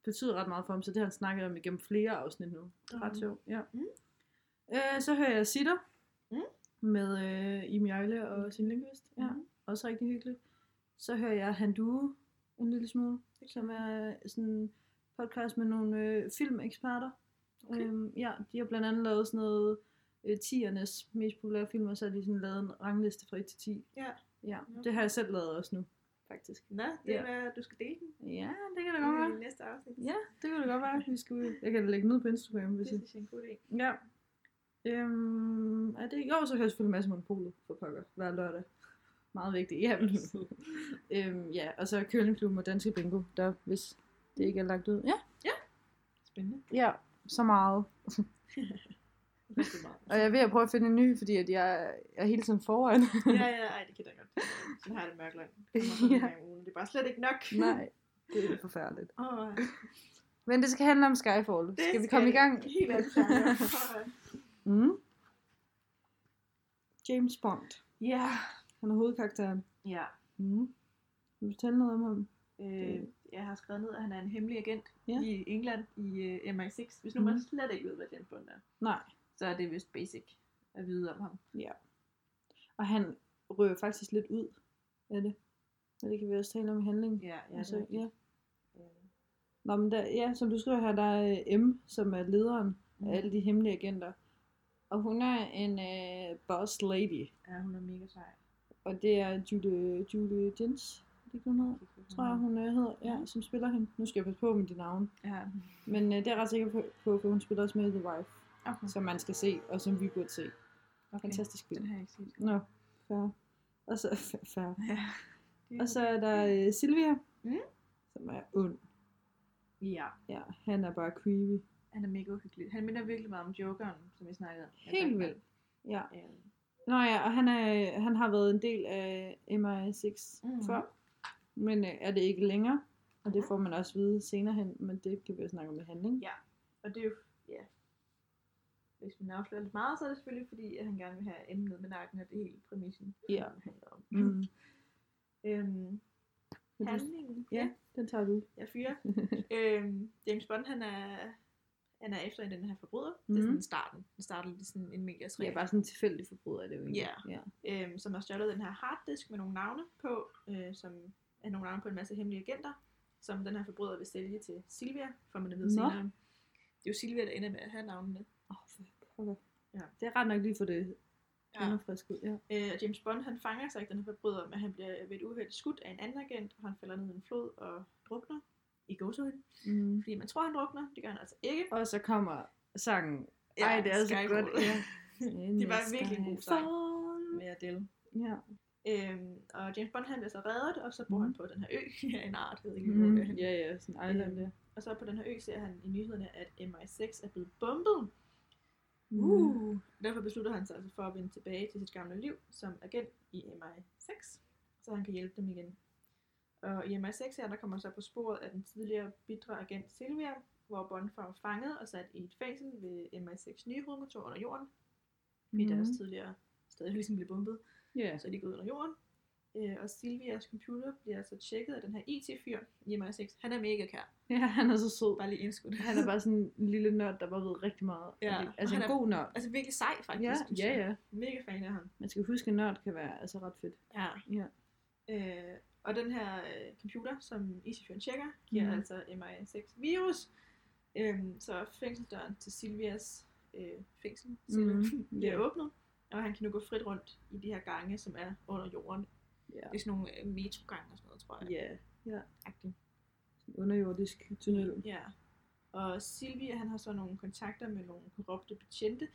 [SPEAKER 1] betyder ret meget for ham, så det har han snakket om igennem flere afsnit nu. Det er ret
[SPEAKER 2] Mhm.
[SPEAKER 1] sjovt, ja.
[SPEAKER 2] Mm.
[SPEAKER 1] Øh, så hører jeg Sitter
[SPEAKER 2] Mm.
[SPEAKER 1] med øh, Im Jøjle og Sine Lindqvist. Ja,
[SPEAKER 2] Mhm.
[SPEAKER 1] også rigtig hyggeligt. Så hører jeg Handue en lille smule, som er sådan en podcast med nogle øh, filmeksperter.
[SPEAKER 2] Okay.
[SPEAKER 1] Øhm, ja, de har blandt andet lavet sådan noget øh, 10'ernes mest populære film, og så har de sådan lavet en rangliste fra 1 til 10.
[SPEAKER 2] Ja.
[SPEAKER 1] ja.
[SPEAKER 2] Nå.
[SPEAKER 1] Det har jeg selv lavet også nu, faktisk.
[SPEAKER 2] Nå, det
[SPEAKER 1] Ja.
[SPEAKER 2] er, hvad du skal dele den
[SPEAKER 1] Ja, det kan da godt være.
[SPEAKER 2] i næste afsnit.
[SPEAKER 1] Ja, det kunne det godt være. Vi skulle... Jeg kan da lægge den ud på Instagram,
[SPEAKER 2] Det
[SPEAKER 1] hvis jeg...
[SPEAKER 2] synes jeg er en god idé.
[SPEAKER 1] Ja. Øhm, er det... Jo, så hører jeg selvfølgelig masser om Monopolet for pokker hver lørdag. Meget vigtigt, ja. men- øhm, ja, og så Køllingklubben og Danske Bingo, der, hvis det ikke er lagt ud. Ja,
[SPEAKER 2] Spændende.
[SPEAKER 1] ja så meget.
[SPEAKER 2] Rigtig meget.
[SPEAKER 1] Og jeg er ved at prøve at finde en ny, fordi at jeg, jeg er hele tiden foran.
[SPEAKER 2] ja, ja, ej, det kan jeg da godt. Sådan har jeg det mørkland. Det kommer sådan en
[SPEAKER 1] Ja.
[SPEAKER 2] gang om ugen. Det er bare slet ikke nok.
[SPEAKER 1] Nej, det er forfærdeligt.
[SPEAKER 2] Åh,
[SPEAKER 1] Men det skal handle om Skyfall.
[SPEAKER 2] det
[SPEAKER 1] skal vi komme i gang?
[SPEAKER 2] Helt andet. Åh,
[SPEAKER 1] Mm. James Bond.
[SPEAKER 2] Ja.
[SPEAKER 1] Han er hovedkarakteren.
[SPEAKER 2] Ja.
[SPEAKER 1] Mm. Vil du fortælle noget om ham?
[SPEAKER 2] Øh, jeg har skrevet ned, at han er en hemmelig agent
[SPEAKER 1] Ja.
[SPEAKER 2] ja. i England i øh, MI6. Hvis nu man
[SPEAKER 1] Mhm.
[SPEAKER 2] slet ikke ved, hvad James Bond er,
[SPEAKER 1] Nej.
[SPEAKER 2] så er det vist basic at vide om ham.
[SPEAKER 1] Og han rører faktisk lidt ud af det. Og det kan vi også tale om i handlingen.
[SPEAKER 2] Ja, ja,
[SPEAKER 1] altså,
[SPEAKER 2] det er rigtigt.
[SPEAKER 1] ja.
[SPEAKER 2] Øh,
[SPEAKER 1] Nå, men der, ja, som du skriver her, der er øh, M, som er lederen mm.
[SPEAKER 2] Mhm.
[SPEAKER 1] af alle de hemmelige agenter. Og hun er en øh, boss lady.
[SPEAKER 2] Ja, hun er mega sej.
[SPEAKER 1] Og det er Julie, Julie Jens, er det ikke, hun hedder?
[SPEAKER 2] Jeg kan ikke huske,
[SPEAKER 1] tror jeg,
[SPEAKER 2] hvad
[SPEAKER 1] hun øh, hedder, ja,
[SPEAKER 2] Mhm.
[SPEAKER 1] som spiller hende. Nu skal jeg passe på med de navne.
[SPEAKER 2] Ja.
[SPEAKER 1] Men øh, det er jeg ret sikker på, på, for hun spiller også med i The Wife,
[SPEAKER 2] Okay.
[SPEAKER 1] som man skal se, og som vi burde se.
[SPEAKER 2] Mm. okay.
[SPEAKER 1] Fantastisk
[SPEAKER 2] Den
[SPEAKER 1] film.
[SPEAKER 2] har jeg ikke set.
[SPEAKER 1] Nå, fair. Og så, fair.
[SPEAKER 2] Ja. Det er
[SPEAKER 1] Og så er der øh, Silvia,
[SPEAKER 2] Mm.
[SPEAKER 1] som er ond.
[SPEAKER 2] okay. Ja,
[SPEAKER 1] Ja, han er bare creepy.
[SPEAKER 2] han er mega uhyggelig. Han minder virkelig meget om Jokeren, som vi snakkede om.
[SPEAKER 1] Helt vildt. Ja.
[SPEAKER 2] Øh,
[SPEAKER 1] Nå ja, og han, er, han har været en del af MI6
[SPEAKER 2] Mhm.
[SPEAKER 1] før, men øh, er det ikke længere. Og det får man også vide senere hen, men det kan vi jo snakke om i handling.
[SPEAKER 2] Ja. Og det er jo, ja. Hvis man afslører lidt meget, så er det selvfølgelig fordi, at han gerne vil have emnet med nakken, og det er hele præmissen.
[SPEAKER 1] Ja.
[SPEAKER 2] han handler om.
[SPEAKER 1] Mm.
[SPEAKER 2] Øhm,
[SPEAKER 1] Vil du-
[SPEAKER 2] handlingen.
[SPEAKER 1] Ja, den tager du.
[SPEAKER 2] Jeg fyrer. øhm, James Bond, han er, han er efter den her forbryder. Mm-hmm. Det er
[SPEAKER 1] Mhm.
[SPEAKER 2] sådan starten. Den starter lidt i sådan en medias
[SPEAKER 1] Ja, bare sådan en tilfældig forbryder er det jo egentlig.
[SPEAKER 2] Ja.
[SPEAKER 1] ja.
[SPEAKER 2] øhm, som har stjålet den her harddisk med nogle navne på, øh, som er nogle navne på en masse hemmelige agenter, som den her forbryder vil sælge til Silvia, får man at vide
[SPEAKER 1] Nå.
[SPEAKER 2] senere. Det er jo Silvia, der ender med at have navnene.
[SPEAKER 1] Åh, for pokker.
[SPEAKER 2] Ja.
[SPEAKER 1] Det er ret nok lige for det. Ja. frisk ud, ja.
[SPEAKER 2] Øh, og James Bond, han fanger sig ikke den her forbryder, men han bliver ved et uheld skudt af en anden agent, og han falder ned i en flod og drukner i gåsehøjde.
[SPEAKER 1] Mm.
[SPEAKER 2] Fordi man tror, han drukner, det gør han altså ikke.
[SPEAKER 1] Og så kommer sangen. Ej, det er så
[SPEAKER 2] Skyfall.
[SPEAKER 1] godt. Ja.
[SPEAKER 2] Det var virkelig en god sang.
[SPEAKER 1] Skyfall.
[SPEAKER 2] med Adele.
[SPEAKER 1] Ja.
[SPEAKER 2] Øhm, og James Bond han bliver så reddet, og så bor
[SPEAKER 1] Mhm.
[SPEAKER 2] han på den her ø af en art, jeg ved ikke, hvor
[SPEAKER 1] Mm.
[SPEAKER 2] det er henne.
[SPEAKER 1] Ja, ja, sådan en island, ja.
[SPEAKER 2] Og så på den her ø ser han i nyhederne, at MI6 er blevet bombet.
[SPEAKER 1] Uh.
[SPEAKER 2] Derfor beslutter han sig altså for at vende tilbage til sit gamle liv som agent i MI6, så han kan hjælpe dem igen. Og i MI6 her, der kommer han så på sporet af den tidligere bitre agent Silvia, hvor Bond får fanget og sat i et fængsel ved MI6 nye hovedkontor under
[SPEAKER 1] Mm.
[SPEAKER 2] jorden, fordi mm. deres tidligere stadig ligesom blev bombet,
[SPEAKER 1] Ja.
[SPEAKER 2] så er de gået under jorden. Øh, og Silvias computer bliver så tjekket af den her IT-fyr i MI6. Han er mega kær.
[SPEAKER 1] Ja, han er så sød.
[SPEAKER 2] Bare lige indskudt.
[SPEAKER 1] Han er bare sådan en lille nørd, der bare ved rigtig meget. Og
[SPEAKER 2] Ja.
[SPEAKER 1] det- Altså
[SPEAKER 2] Og
[SPEAKER 1] en
[SPEAKER 2] han er-
[SPEAKER 1] god nørd.
[SPEAKER 2] Altså virkelig sej faktisk.
[SPEAKER 1] Ja,
[SPEAKER 2] synes
[SPEAKER 1] ja,
[SPEAKER 2] jeg.
[SPEAKER 1] ja.
[SPEAKER 2] Mega fan af ham.
[SPEAKER 1] Man skal huske, at nørd kan være altså ret fedt.
[SPEAKER 2] Ja.
[SPEAKER 1] Ja.
[SPEAKER 2] Øh, og den her øh, computer, som IT-fyren tjekker, giver mm.
[SPEAKER 1] Mhm.
[SPEAKER 2] altså MI6 virus. Øhm, så fængselsdøren til Silvias øh, fængsel celle,
[SPEAKER 1] Mhm,
[SPEAKER 2] bliver
[SPEAKER 1] ja.
[SPEAKER 2] åbnet. Og han kan nu gå frit rundt i de her gange, som er under jorden.
[SPEAKER 1] Ja.
[SPEAKER 2] Det er sådan nogle øh, metrogange og sådan noget, tror jeg.
[SPEAKER 1] Ja.
[SPEAKER 2] Agtigt.
[SPEAKER 1] Underjordisk tunnel.
[SPEAKER 2] Ja. Og Silvia, han har så nogle kontakter med nogle korrupte betjente.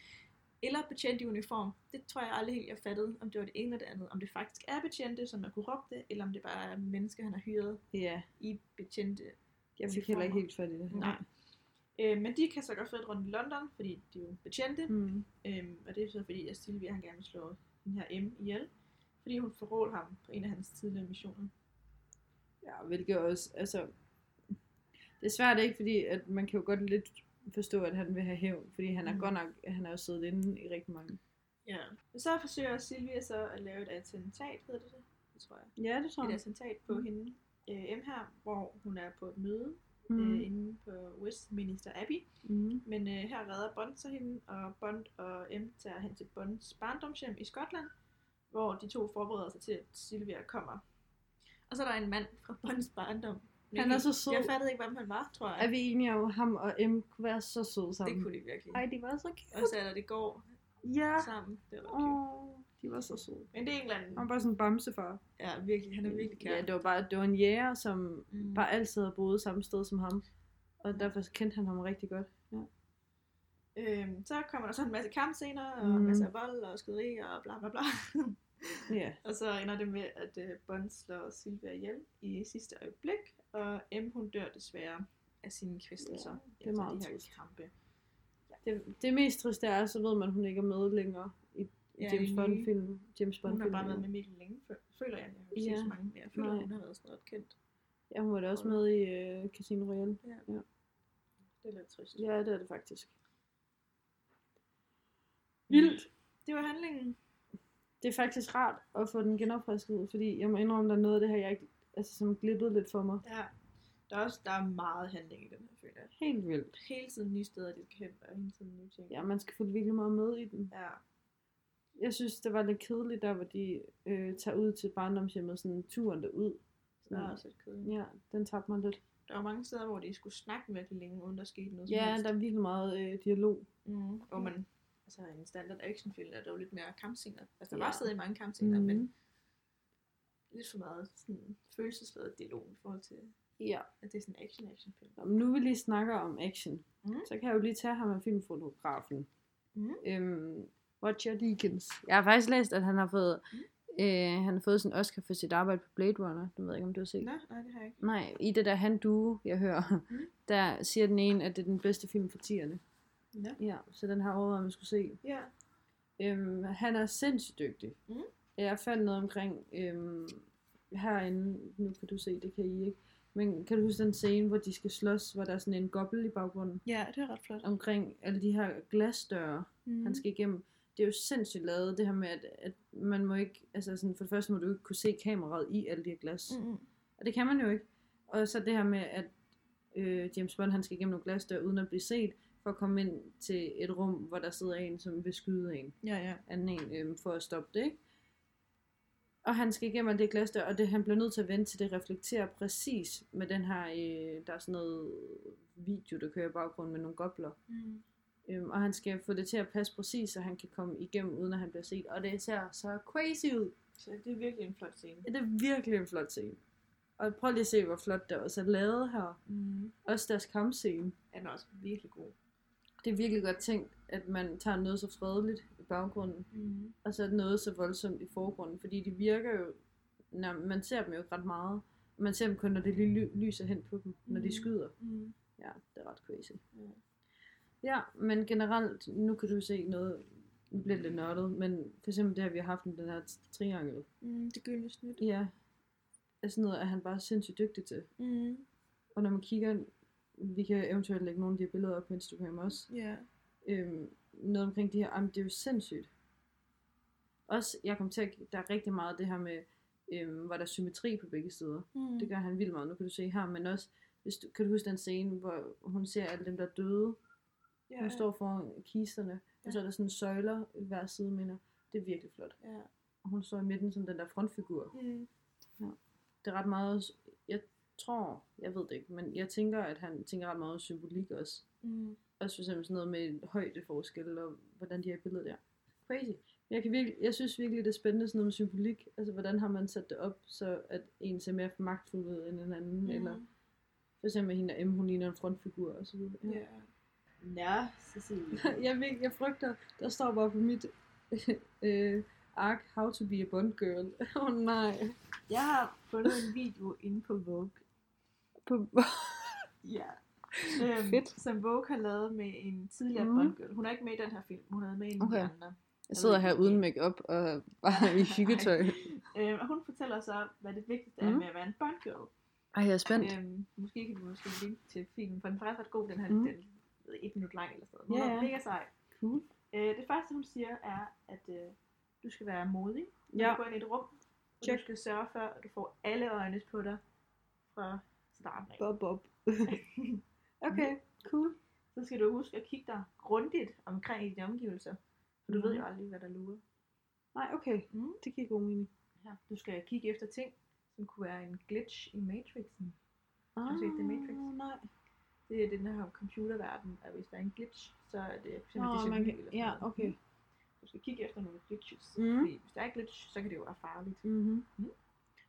[SPEAKER 2] Eller betjente i uniform. Det tror jeg aldrig helt, jeg fattede, om det var det ene eller det andet. Om det faktisk er betjente, som er korrupte, eller om det bare er mennesker, han har hyret
[SPEAKER 1] Ja.
[SPEAKER 2] i betjente.
[SPEAKER 1] Jeg fik heller ikke helt fat i det.
[SPEAKER 2] Nej. Øh, men de kan så godt flytte rundt i London, fordi de er jo betjente. Mm.
[SPEAKER 1] Mm.
[SPEAKER 2] Øhm, og det er så fordi, at Silvia, han gerne vil slå den her M ihjel. Fordi hun forrådte ham på en af hans tidligere missioner.
[SPEAKER 1] Ja, hvilket også, altså... Det er svært ikke, fordi at man kan jo godt lidt forstå, at han vil have hævn, fordi han er
[SPEAKER 2] Mhm.
[SPEAKER 1] godt nok, han er jo siddet inde i rigtig mange.
[SPEAKER 2] Ja. Så forsøger Silvia så at lave et attentat, hedder det det? Det tror jeg.
[SPEAKER 1] Ja, det tror
[SPEAKER 2] et
[SPEAKER 1] jeg.
[SPEAKER 2] attentat på
[SPEAKER 1] Mm.
[SPEAKER 2] hende øh, M her, hvor hun er på et møde mm. øh,
[SPEAKER 1] Mm.
[SPEAKER 2] inde på Westminster Abbey.
[SPEAKER 1] Mm.
[SPEAKER 2] Men øh, her redder Bond så hende, og Bond og M tager hen til Bonds barndomshjem i Skotland, hvor de to forbereder sig til, at Sylvia kommer. Og så er der en mand fra Bonds barndom. Men
[SPEAKER 1] Han er
[SPEAKER 2] jeg-
[SPEAKER 1] så sød.
[SPEAKER 2] Jeg fattede ikke, hvem han var, tror jeg.
[SPEAKER 1] Er vi enige om, at ham og M kunne være så søde sammen?
[SPEAKER 2] Det kunne de virkelig.
[SPEAKER 1] Ej, de var så
[SPEAKER 2] Og
[SPEAKER 1] cute.
[SPEAKER 2] så er der det går
[SPEAKER 1] Ja.
[SPEAKER 2] sammen. Det var ret cute.
[SPEAKER 1] Åh, de var så søde.
[SPEAKER 2] Men det er England.
[SPEAKER 1] Han var bare sådan en bamsefar.
[SPEAKER 2] Ja, virkelig. Han er virkelig kær.
[SPEAKER 1] Ja, det var bare det var en jæger, som
[SPEAKER 2] Mm.
[SPEAKER 1] bare altid har boet samme sted som ham. Og derfor kendte han ham rigtig godt. Ja.
[SPEAKER 2] Øhm, så kommer der så en masse kampscener, og mm.
[SPEAKER 1] Mm.
[SPEAKER 2] masser af vold og skyderier og bla bla bla.
[SPEAKER 1] Ja.
[SPEAKER 2] og så ender det med, at øh, Bond slår Silvia ihjel i sidste øjeblik, og M hun dør desværre af sine kvæstelser ja,
[SPEAKER 1] det er meget
[SPEAKER 2] de her
[SPEAKER 1] trist.
[SPEAKER 2] kampe.
[SPEAKER 1] Det, det mest triste er, så ved man, at hun ikke er med længere i
[SPEAKER 2] Ja,
[SPEAKER 1] ja, James
[SPEAKER 2] i-
[SPEAKER 1] Bond-film. James
[SPEAKER 2] Hun
[SPEAKER 1] Bond
[SPEAKER 2] har
[SPEAKER 1] film.
[SPEAKER 2] bare været med Mikkel længe, fø- føler jeg. Jeg har ikke ja.
[SPEAKER 1] Ja.
[SPEAKER 2] set så mange, men jeg føler,
[SPEAKER 1] Nej.
[SPEAKER 2] hun har været sådan noget kendt.
[SPEAKER 1] Ja, hun var da også med i øh, Casino Royale.
[SPEAKER 2] Det er lidt trist.
[SPEAKER 1] Ja, det er det faktisk.
[SPEAKER 2] Det var handlingen.
[SPEAKER 1] Det er faktisk rart at få den genopfrisket, fordi jeg må indrømme, der er noget af det her, jeg ikke, altså, som glippede lidt for mig.
[SPEAKER 2] Ja. Der er, også, der er meget handling i den her, føler jeg.
[SPEAKER 1] Helt vildt.
[SPEAKER 2] Hele tiden nye steder, de skal hen, og hele tiden nye ting.
[SPEAKER 1] Ja, man skal følge virkelig meget med i den.
[SPEAKER 2] ja.
[SPEAKER 1] Jeg synes, det var lidt kedeligt, der hvor de øh, tager ud til barndomshjemmet, sådan turen derud.
[SPEAKER 2] Det var
[SPEAKER 1] Mm.
[SPEAKER 2] også lidt kedeligt.
[SPEAKER 1] Ja, den tabte mig lidt.
[SPEAKER 2] Der var mange steder, hvor de skulle snakke virkelig længe, uden der skete noget
[SPEAKER 1] Ja,
[SPEAKER 2] som
[SPEAKER 1] der er virkelig meget øh, dialog.
[SPEAKER 2] mm. Og man, altså en standard actionfilm, er der jo lidt mere kampscener. Altså der ja. var
[SPEAKER 1] Ja.
[SPEAKER 2] stadig mange kampscener, mm. men
[SPEAKER 1] Mhm.
[SPEAKER 2] lidt for meget sådan, følelsesladet dialog i forhold til,
[SPEAKER 1] Ja.
[SPEAKER 2] at det er sådan en action-actionfilm.
[SPEAKER 1] Nå, men nu vi lige snakker om action,
[SPEAKER 2] Mhm.
[SPEAKER 1] mm. så kan jeg jo lige tage ham med filmfotografen.
[SPEAKER 2] Mhm.
[SPEAKER 1] Øhm, Roger Deakins. Jeg har faktisk læst, at han har fået, øh, han har fået sin Oscar for sit arbejde på Blade Runner. Du ved jeg ikke, om du har set.
[SPEAKER 2] Nå, nej, det har jeg ikke.
[SPEAKER 1] Nej, i det der han duo, jeg hører,
[SPEAKER 2] Mhm.
[SPEAKER 1] der siger den ene, at det er den bedste film for tierne.
[SPEAKER 2] Nå.
[SPEAKER 1] Ja, så den har jeg overvejet, at man skulle se.
[SPEAKER 2] Ja.
[SPEAKER 1] Øhm, han er sindssygt dygtig.
[SPEAKER 2] Mhm.
[SPEAKER 1] Jeg fandt noget omkring øhm, herinde, nu kan du se, det kan I ikke. Men kan du huske den scene, hvor de skal slås, hvor der er sådan en gobbel i baggrunden?
[SPEAKER 2] ja, det er ret flot.
[SPEAKER 1] Omkring alle de her glasdøre,
[SPEAKER 2] Mm.
[SPEAKER 1] mm. han skal igennem. Det er jo sindssygt lavet, det her med, at, at man må ikke, altså sådan, for det første må du ikke kunne se kameraet i alle de her glas. Mm.
[SPEAKER 2] Mm-hmm.
[SPEAKER 1] Og det kan man jo ikke. Og så det her med, at øh, James Bond, han skal igennem nogle glasdøre, uden at blive set, for at komme ind til et rum, hvor der sidder en, som vil skyde en
[SPEAKER 2] Ja, ja.
[SPEAKER 1] anden en øhm, for at stoppe det, ikke? Og han skal igennem alt det glasdør, og det, han bliver nødt til at vente til det reflekterer præcis med den her, øh, der er sådan noget video, der kører i baggrunden med nogle gobler.
[SPEAKER 2] Mm.
[SPEAKER 1] Øhm, og han skal få det til at passe præcis, så han kan komme igennem, uden at han bliver set. Og det ser så crazy ud.
[SPEAKER 2] Så det er virkelig en flot scene.
[SPEAKER 1] Ja, det er virkelig en flot scene. Og prøv lige at se, hvor flot det også er lavet her.
[SPEAKER 2] Mm.
[SPEAKER 1] Også deres kampscene.
[SPEAKER 2] Ja, den er også virkelig god.
[SPEAKER 1] Det er virkelig godt tænkt, at man tager noget så fredeligt i baggrunden,
[SPEAKER 2] Mm.
[SPEAKER 1] og så er det noget så voldsomt i forgrunden, fordi de virker jo, når man ser dem jo ikke ret meget. Man ser dem kun, når det lige ly- lyser hen på dem, når
[SPEAKER 2] Mhm.
[SPEAKER 1] de skyder.
[SPEAKER 2] Mm.
[SPEAKER 1] Ja, det er ret crazy.
[SPEAKER 2] Ja.
[SPEAKER 1] Ja, men generelt, nu kan du se noget, nu bliver det lidt nørdet, men for eksempel det her, vi har haft med den her tri- triangel.
[SPEAKER 2] Mm. Det gyldne snit.
[SPEAKER 1] Ja, er sådan noget, at han bare er sindssygt dygtig til.
[SPEAKER 2] Mm.
[SPEAKER 1] Og når man kigger, vi kan eventuelt lægge nogle af de her billeder op på Instagram også,
[SPEAKER 2] Ja.
[SPEAKER 1] øhm, noget omkring det her, jamen det er jo sindssygt. Også, jeg kom til at, der er rigtig meget af det her med øhm, var der symmetri på begge sider.
[SPEAKER 2] Mm.
[SPEAKER 1] Det gør han vildt meget, nu kan du se her, men også, hvis du, kan du huske den scene, hvor hun ser alle dem, der er døde,
[SPEAKER 2] ja,
[SPEAKER 1] hun står foran kisterne, og så
[SPEAKER 2] Ja.
[SPEAKER 1] er der sådan søjler i hver side, mener. Det er virkelig flot.
[SPEAKER 2] Ja.
[SPEAKER 1] Og hun står i midten som den der frontfigur.
[SPEAKER 2] Mm.
[SPEAKER 1] Det er ret meget, jeg tror, jeg ved det ikke, men jeg tænker, at han tænker ret meget over symbolik også.
[SPEAKER 2] Mm.
[SPEAKER 1] Også for eksempel sådan noget med højdeforskel og hvordan de har billedet der. Crazy. Jeg, kan virkelig, jeg synes virkelig, det er spændende sådan noget med symbolik. Altså, hvordan har man sat det op, så at en ser mere magtfuld ud end en anden? Mm. Eller for eksempel hende der M, hun ligner en frontfigur og så videre.
[SPEAKER 2] Ja. Nå, Cecilie.
[SPEAKER 1] Jeg, ved, ikke, jeg frygter, der står bare på mit øh, ark, how to be a Bond girl. Åh oh, nej.
[SPEAKER 2] Jeg har fundet en video inde på Vogue.
[SPEAKER 1] På,
[SPEAKER 2] Ja. Øhm,
[SPEAKER 1] Fedt.
[SPEAKER 2] Som Vogue har lavet med en tidligere
[SPEAKER 1] Mhm.
[SPEAKER 2] mm. Bondgirl. Hun er ikke med i den her film. Hun er med i en
[SPEAKER 1] Okay.
[SPEAKER 2] okay. andre.
[SPEAKER 1] jeg sidder her uden makeup og bare i hyggetøj.
[SPEAKER 2] Øhm, og hun fortæller så, hvad det vigtigste er
[SPEAKER 1] Mhm.
[SPEAKER 2] med at være en Bondgirl.
[SPEAKER 1] Ej, jeg er spændt.
[SPEAKER 2] Øhm, måske kan vi måske linke til filmen, for den er faktisk ret god, den her,
[SPEAKER 1] Mhm.
[SPEAKER 2] mm. den ved, et minut lang eller sådan noget. Hun
[SPEAKER 1] Ja,
[SPEAKER 2] yeah.
[SPEAKER 1] ja.
[SPEAKER 2] er mega sej.
[SPEAKER 1] Cool.
[SPEAKER 2] Øh, det første, hun siger, er, at øh, du skal være modig, når
[SPEAKER 1] Ja.
[SPEAKER 2] du går ind i et rum, og
[SPEAKER 1] Check.
[SPEAKER 2] du skal sørge for, at du får alle øjne på dig fra starten af.
[SPEAKER 1] Bob, bob. okay, cool.
[SPEAKER 2] så skal du huske at kigge dig grundigt omkring i dine omgivelser. For du
[SPEAKER 1] Mhm.
[SPEAKER 2] ved jo aldrig, hvad der lurer.
[SPEAKER 1] Nej, okay.
[SPEAKER 2] Mm.
[SPEAKER 1] Det giver god mening.
[SPEAKER 2] Ja. Du skal kigge efter ting, som kunne være en glitch i Matrixen. Har du set
[SPEAKER 1] Ah.
[SPEAKER 2] The Matrix?
[SPEAKER 1] Nej.
[SPEAKER 2] Det er den her computerverden, at hvis der er en glitch, så er det fx
[SPEAKER 1] Nå, man kan, ja, okay.
[SPEAKER 2] Mm. Du skal kigge efter nogle glitches.
[SPEAKER 1] Mhm.
[SPEAKER 2] Mm. Fordi hvis der er glitch, så kan det jo være farligt.
[SPEAKER 1] Mm-hmm.
[SPEAKER 2] Mm.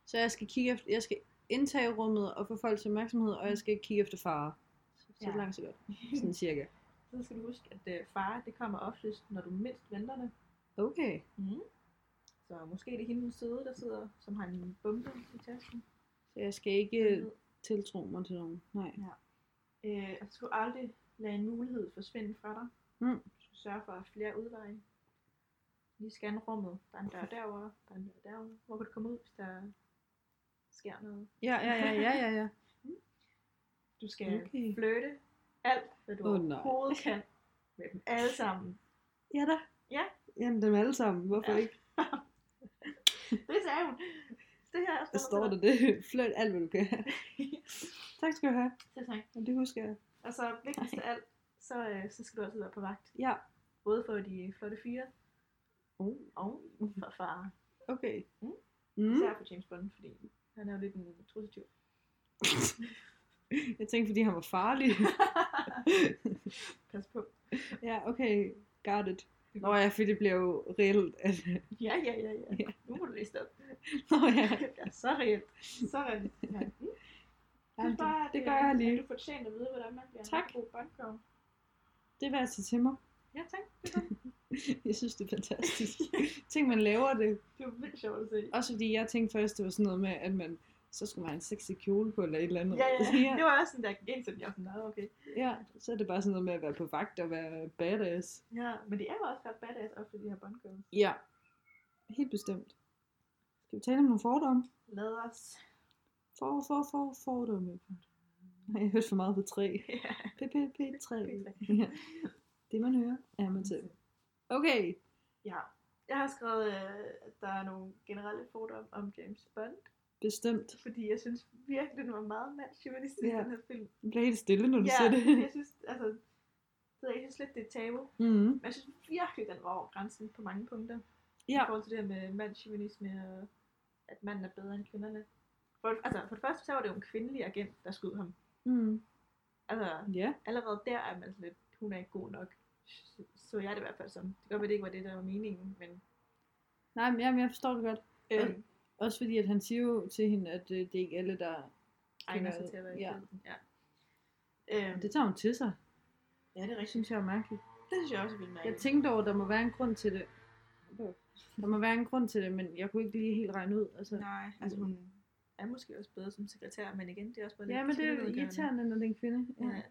[SPEAKER 1] Så jeg skal kigge efter, jeg skal indtage rummet og få folks opmærksomhed, og jeg skal kigge efter farer. Så ja.
[SPEAKER 2] Ja.
[SPEAKER 1] langt så godt. Sådan cirka.
[SPEAKER 2] Så skal du huske, at øh, fare, det kommer oftest, når du mindst venter det.
[SPEAKER 1] Okay.
[SPEAKER 2] Mm. Så måske er det hende den søde, der sidder, som har en bombe i tasken.
[SPEAKER 1] Så jeg skal ikke øh, tiltro mig til nogen. Nej.
[SPEAKER 2] Øh, og du skal aldrig lade en mulighed forsvinde fra dig.
[SPEAKER 1] Mm.
[SPEAKER 2] Du skal sørge for flere udveje. Lige scanne rummet. Der er en dør derovre, der er en dør derovre. Hvor kan du komme ud, hvis der sker noget?
[SPEAKER 1] Ja, ja, ja, ja, ja, ja.
[SPEAKER 2] Du skal
[SPEAKER 1] Okay.
[SPEAKER 2] flirte alt, hvad du
[SPEAKER 1] Åh, nej.
[SPEAKER 2] overhovedet kan med dem alle sammen.
[SPEAKER 1] Ja da.
[SPEAKER 2] Ja.
[SPEAKER 1] Jamen dem alle sammen. Hvorfor
[SPEAKER 2] Ja.
[SPEAKER 1] ikke?
[SPEAKER 2] Det sagde hun. Det her er
[SPEAKER 1] Der står der det. Fløjt alt, hvad du kan. tak skal du have.
[SPEAKER 2] Det tak.
[SPEAKER 1] Og det husker jeg.
[SPEAKER 2] Og så vigtigst af alt, så, øh, så skal du altid være på vagt.
[SPEAKER 1] Ja.
[SPEAKER 2] Både for de flotte fyre
[SPEAKER 1] Oh,
[SPEAKER 2] og for far.
[SPEAKER 1] okay.
[SPEAKER 2] Mm.
[SPEAKER 1] Mm.
[SPEAKER 2] Især for James Bond, fordi han er jo lidt en trussetyv.
[SPEAKER 1] Jeg tænkte, fordi han var farlig.
[SPEAKER 2] Pas på.
[SPEAKER 1] ja, okay. Got it. Nå ja, for det bliver jo reelt. At...
[SPEAKER 2] Ja, ja, ja,
[SPEAKER 1] Ja.
[SPEAKER 2] ja. Nu må du læse det op.
[SPEAKER 1] Nå ja.
[SPEAKER 2] Ja, så reelt. Så reelt. Ja. Mm.
[SPEAKER 1] Jamen,
[SPEAKER 2] Synes bare,
[SPEAKER 1] det,
[SPEAKER 2] at,
[SPEAKER 1] det
[SPEAKER 2] øh,
[SPEAKER 1] gør jeg
[SPEAKER 2] at
[SPEAKER 1] lige.
[SPEAKER 2] Du fortjener at vide, hvordan man bliver
[SPEAKER 1] Tak.
[SPEAKER 2] en god bondgirl.
[SPEAKER 1] Det vil jeg sige til mig.
[SPEAKER 2] Ja, tak. Velkommen.
[SPEAKER 1] Jeg synes, det er fantastisk. Tænk, man laver det.
[SPEAKER 2] Det var vildt sjovt at se.
[SPEAKER 1] Også fordi jeg tænkte først, det var sådan noget med, at man så skulle man have en sexy kjole på, eller et eller andet.
[SPEAKER 2] Ja, ja,
[SPEAKER 1] Så
[SPEAKER 2] Det var også sådan, der gik ind til den. Jeg var sådan, "Nå, okay.
[SPEAKER 1] ja, så er det bare sådan noget med at være på vagt og være badass.
[SPEAKER 2] Ja, men det er jo også ret badass ofte, de her bondgirls.
[SPEAKER 1] Ja. Helt bestemt. Skal vi tale om nogle fordomme?
[SPEAKER 2] Lad os.
[SPEAKER 1] For, for, for, fordomme. Nej, jeg hørte for meget på tre.
[SPEAKER 2] Ja.
[SPEAKER 1] PPP3.
[SPEAKER 2] P3.
[SPEAKER 1] Ja. Det man hører, er man til. Okay.
[SPEAKER 2] ja. Jeg har skrevet, øh, at der er nogle generelle fordomme om James Bond.
[SPEAKER 1] Bestemt.
[SPEAKER 2] Fordi jeg synes virkelig, den var meget mandsjuvenistisk,
[SPEAKER 1] Ja.
[SPEAKER 2] ja. den her film.
[SPEAKER 1] Du bliver helt stille, når du
[SPEAKER 2] ja,
[SPEAKER 1] siger det.
[SPEAKER 2] jeg synes, altså, det ved jeg, jeg synes lidt, det er tabu.
[SPEAKER 1] Mm.
[SPEAKER 2] Men jeg synes virkelig, den var over grænsen på mange punkter.
[SPEAKER 1] Ja.
[SPEAKER 2] I forhold til det her med mandsjuvenisme og at manden er bedre end kvinderne. For, altså, for det første, så var det jo en kvindelig agent, der skød ham.
[SPEAKER 1] Mm.
[SPEAKER 2] Altså,
[SPEAKER 1] Ja.
[SPEAKER 2] allerede der er man sådan lidt, hun er ikke god nok. Så- Så jeg det i hvert fald som. Det kan godt være, det ikke var det, der var meningen, men...
[SPEAKER 1] Nej, men jamen, jeg forstår det godt.
[SPEAKER 2] Øhm,
[SPEAKER 1] Også fordi, at han siger jo til hende, at øh, det er ikke alle, der...
[SPEAKER 2] egner sig til at være i
[SPEAKER 1] ja.
[SPEAKER 2] felten, ja. Øhm,
[SPEAKER 1] Det tager hun til sig.
[SPEAKER 2] ja, det er
[SPEAKER 1] Det
[SPEAKER 2] rigtigt.
[SPEAKER 1] synes jeg er mærkeligt.
[SPEAKER 2] Det synes jeg også er vildt
[SPEAKER 1] Jeg
[SPEAKER 2] mærkeligt.
[SPEAKER 1] tænkte over, at der må være en grund til det. Der må være en grund til det, men jeg kunne ikke lige helt regne ud. Altså.
[SPEAKER 2] Nej, altså hun er måske også bedre som sekretær, men igen, det er også bare lidt
[SPEAKER 1] Ja, men det er jo
[SPEAKER 2] tydeligt, at gøre
[SPEAKER 1] irriterende, når det er en kvinde.
[SPEAKER 2] noget.
[SPEAKER 1] Ja.
[SPEAKER 2] Ja.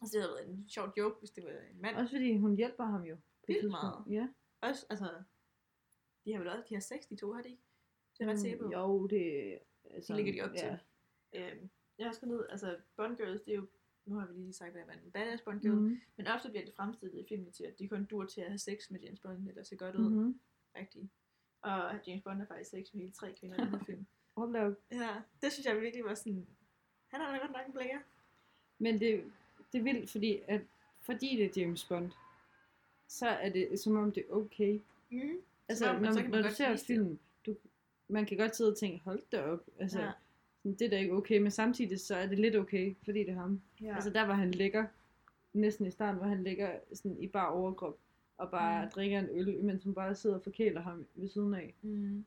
[SPEAKER 2] Altså, det havde været en sjov joke, hvis det var en mand.
[SPEAKER 1] Også fordi hun hjælper ham jo. på et
[SPEAKER 2] Vildt
[SPEAKER 1] tidspunkt.
[SPEAKER 2] meget.
[SPEAKER 1] Ja.
[SPEAKER 2] Også, altså, de har vel også, de har sex, de to, har de ikke? Det er jeg ret sikker på.
[SPEAKER 1] Mm, Jo, det... Altså,
[SPEAKER 2] Det ligger de op
[SPEAKER 1] ja.
[SPEAKER 2] til. Øhm, jeg har skrevet ned, altså, Bond Girls, det er jo, nu har vi lige sagt, hvad man er en badass Bond Girl, mm.
[SPEAKER 1] Mm.
[SPEAKER 2] men ofte bliver det fremstillet i filmen til, at de kun dur til at have sex med James Bond, eller se godt ud, mm.
[SPEAKER 1] Mm-hmm.
[SPEAKER 2] rigtigt. Og James Bond er faktisk sex med hele tre kvinder i den her film.
[SPEAKER 1] Hold da op.
[SPEAKER 2] Ja, det synes jeg virkelig var sådan... Han har da godt nok en blækker.
[SPEAKER 1] Men det, det er vildt, fordi, at, fordi det er James Bond, så er det som om det er okay.
[SPEAKER 2] Mm.
[SPEAKER 1] Altså,
[SPEAKER 2] Nå,
[SPEAKER 1] når,
[SPEAKER 2] men så
[SPEAKER 1] man,
[SPEAKER 2] kan man
[SPEAKER 1] når du
[SPEAKER 2] godt
[SPEAKER 1] ser
[SPEAKER 2] vise det.
[SPEAKER 1] filmen, du, man kan godt sidde og tænke, hold da op, altså,
[SPEAKER 2] Ja.
[SPEAKER 1] ja. det er da ikke okay, men samtidig så er det lidt okay, fordi det er ham.
[SPEAKER 2] Ja.
[SPEAKER 1] Ja. Altså der, hvor han ligger, næsten i starten, hvor han ligger sådan i bare overkrop, og bare
[SPEAKER 2] Mm.
[SPEAKER 1] mm. drikker en øl, mens hun bare sidder og forkæler ham ved siden af.
[SPEAKER 2] Mm.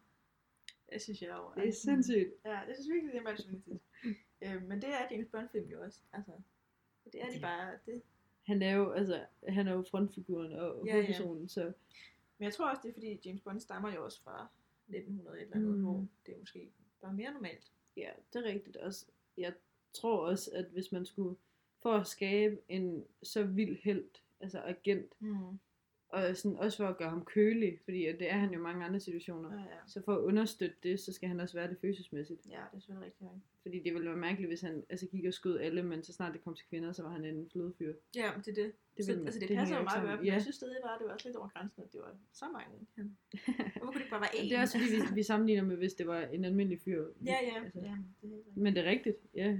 [SPEAKER 2] Det synes jeg jo.
[SPEAKER 1] Det er
[SPEAKER 2] altså,
[SPEAKER 1] sindssygt.
[SPEAKER 2] Ja, jeg synes virkelig, det er meget journalistisk. øh, men det er James Bond-film jo også. Altså, det er de
[SPEAKER 1] Ja.
[SPEAKER 2] bare. Det.
[SPEAKER 1] Han er jo, altså, han er jo frontfiguren og
[SPEAKER 2] Ja,
[SPEAKER 1] ja,
[SPEAKER 2] ja.
[SPEAKER 1] hovedpersonen, ja. så
[SPEAKER 2] Men jeg tror også, det er fordi James Bond stammer jo også fra 1900 et eller andet, mm.
[SPEAKER 1] Mm.
[SPEAKER 2] hvor det måske var mere normalt.
[SPEAKER 1] ja, det er rigtigt også. Jeg tror også, at hvis man skulle, for at skabe en så vild held, altså agent,
[SPEAKER 2] Mm.
[SPEAKER 1] og sådan også for at gøre ham kølig, fordi at det er han jo i mange andre situationer.
[SPEAKER 2] Ja, ja.
[SPEAKER 1] Så for at understøtte det, så skal han også være det følelsesmæssigt.
[SPEAKER 2] øh, ja, det er selvfølgelig rigtigt. nok.
[SPEAKER 1] Fordi det ville være mærkeligt, hvis han altså, gik og skød alle, men så snart det kom til kvinder, så var han en flødefyr.
[SPEAKER 2] Ja, men det er det.
[SPEAKER 1] Det
[SPEAKER 2] så,
[SPEAKER 1] vil-
[SPEAKER 2] altså, det,
[SPEAKER 1] det hænger
[SPEAKER 2] passer jo
[SPEAKER 1] ikke
[SPEAKER 2] meget
[SPEAKER 1] sammen.
[SPEAKER 2] godt, men ja.
[SPEAKER 1] Ja.
[SPEAKER 2] jeg synes stadig bare, at det var også lidt over grænsen, at det var så mange. Han- Hvorfor kunne det ikke bare være
[SPEAKER 1] Men
[SPEAKER 2] én?
[SPEAKER 1] det er også fordi, vi, vi sammenligner med, hvis det var en almindelig fyr.
[SPEAKER 2] Ja, ja.
[SPEAKER 1] Altså,
[SPEAKER 2] ja det er helt rigtigt.
[SPEAKER 1] Men det er rigtigt, ja.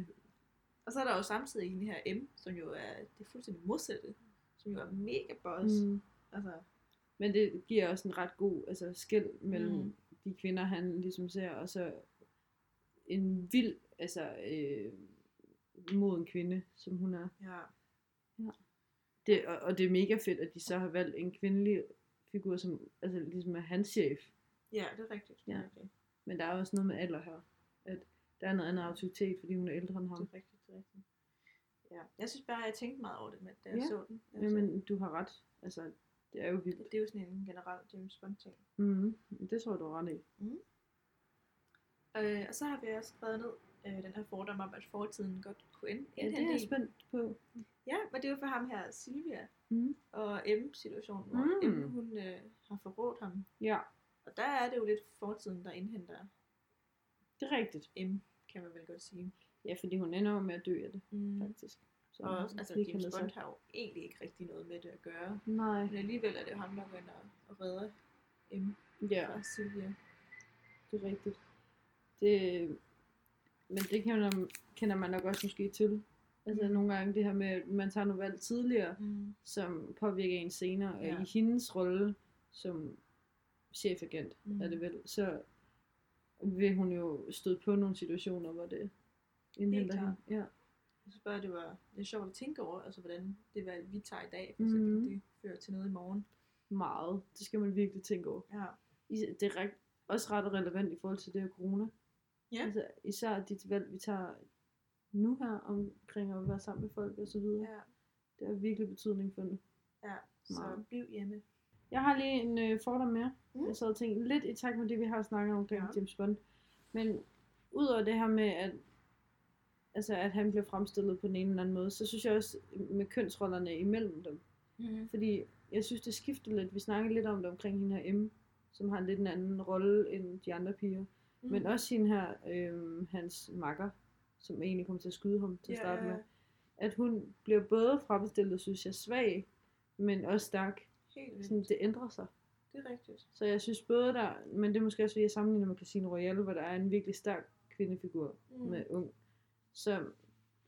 [SPEAKER 2] Og så er der jo samtidig hende her M, som jo er det fuldstændig modsatte, som jo er mega boss. Mm.
[SPEAKER 1] Mm.
[SPEAKER 2] Altså,
[SPEAKER 1] Men det giver også en ret god altså, skæld mellem
[SPEAKER 2] Mm.
[SPEAKER 1] mm. de kvinder, han ligesom ser, og så en vild, altså øh, moden kvinde, som hun er.
[SPEAKER 2] ja.
[SPEAKER 1] Det, og, og det er mega fedt, at de så har valgt en kvindelig figur, som altså, ligesom er hans chef.
[SPEAKER 2] ja, det er rigtigt. Det er
[SPEAKER 1] Ja.
[SPEAKER 2] rigtigt.
[SPEAKER 1] Men der er også noget med alder her. At der er noget andet autoritet, fordi hun er ældre end
[SPEAKER 2] Det
[SPEAKER 1] ham.
[SPEAKER 2] er rigtigt, det er rigtigt. Ja. Jeg synes bare, at jeg tænkte meget over det, med, da jeg
[SPEAKER 1] Ja.
[SPEAKER 2] så den.
[SPEAKER 1] Men, men du har ret. Altså, det er jo vildt.
[SPEAKER 2] det, det er jo sådan en generel James Bond-ting.
[SPEAKER 1] Mm, det tror jeg, du har ret i.
[SPEAKER 2] Øh, og så har vi også skrevet ned øh, den her fordom om, at fortiden godt kunne ende.
[SPEAKER 1] Ja, det er jeg spændt på.
[SPEAKER 2] ja, men det er jo for ham her, Silvia,
[SPEAKER 1] Mm.
[SPEAKER 2] og M-situationen, hvor
[SPEAKER 1] Mm.
[SPEAKER 2] M, hun øh, har forrådt ham.
[SPEAKER 1] Ja,
[SPEAKER 2] Og der er det jo lidt fortiden, der indhenter
[SPEAKER 1] det er rigtigt.
[SPEAKER 2] M, kan man vel godt sige.
[SPEAKER 1] Ja, fordi hun ender jo med at dø af det,
[SPEAKER 2] Mm.
[SPEAKER 1] faktisk. Så
[SPEAKER 2] Og også, altså,
[SPEAKER 1] det kan
[SPEAKER 2] James
[SPEAKER 1] man så-
[SPEAKER 2] Bond har jo egentlig ikke rigtig noget med det at gøre.
[SPEAKER 1] Nej.
[SPEAKER 2] Men alligevel er det jo ham, der går ind og, og redder M
[SPEAKER 1] Ja,
[SPEAKER 2] fra Silvia.
[SPEAKER 1] det er rigtigt. Det, men det kender, kender man nok også måske til. Altså
[SPEAKER 2] Mm.
[SPEAKER 1] nogle gange det her med, at man tager nogle valg tidligere,
[SPEAKER 2] Mm.
[SPEAKER 1] som påvirker en senere. Og
[SPEAKER 2] Ja.
[SPEAKER 1] i hendes rolle som chefagent,
[SPEAKER 2] Mm.
[SPEAKER 1] mm. er det vel, så vil hun jo støde på nogle situationer, hvor det indhenter
[SPEAKER 2] klart.
[SPEAKER 1] hende. Ja.
[SPEAKER 2] Jeg synes bare, det var det er sjovt at tænke over, altså hvordan det valg, vi tager i dag, for eksempel,
[SPEAKER 1] Mhm.
[SPEAKER 2] det fører til noget i morgen.
[SPEAKER 1] Meget. Det skal man virkelig tænke over.
[SPEAKER 2] Ja.
[SPEAKER 1] Is- Det er rigt- også ret relevant i forhold til det her corona.
[SPEAKER 2] Ja.
[SPEAKER 1] Altså, især de valg, vi tager nu her omkring at være sammen med folk og så videre.
[SPEAKER 2] ja.
[SPEAKER 1] Det har virkelig betydning for det.
[SPEAKER 2] ja. Så
[SPEAKER 1] Meget.
[SPEAKER 2] bliv hjemme.
[SPEAKER 1] Jeg har lige en øh, fordom mere.
[SPEAKER 2] Mm.
[SPEAKER 1] Mm. Jeg sad og tænkte lidt i takt med det, vi har snakket om omkring
[SPEAKER 2] Ja.
[SPEAKER 1] ja. James Bond. Men udover det her med, at, altså, at han bliver fremstillet på den ene eller anden måde, så synes jeg også med kønsrollerne imellem dem.
[SPEAKER 2] Mm.
[SPEAKER 1] Fordi jeg synes, det skifter lidt. Vi snakkede lidt om det omkring hende her M, som har en lidt en anden rolle end de andre piger. Mm. Men også hende her, øh, hans makker, som egentlig kom til at skyde ham til at starte med. At hun bliver både fremstillet, synes jeg, svag, men også stærk.
[SPEAKER 2] Helt
[SPEAKER 1] Sådan,
[SPEAKER 2] vildt.
[SPEAKER 1] det ændrer sig.
[SPEAKER 2] Det er rigtigt.
[SPEAKER 1] Så jeg synes både der, men det er måske også fordi jeg sammenligner med Casino Royale, hvor der er en virkelig stærk kvindefigur
[SPEAKER 2] Mm.
[SPEAKER 1] mm. med ung. Så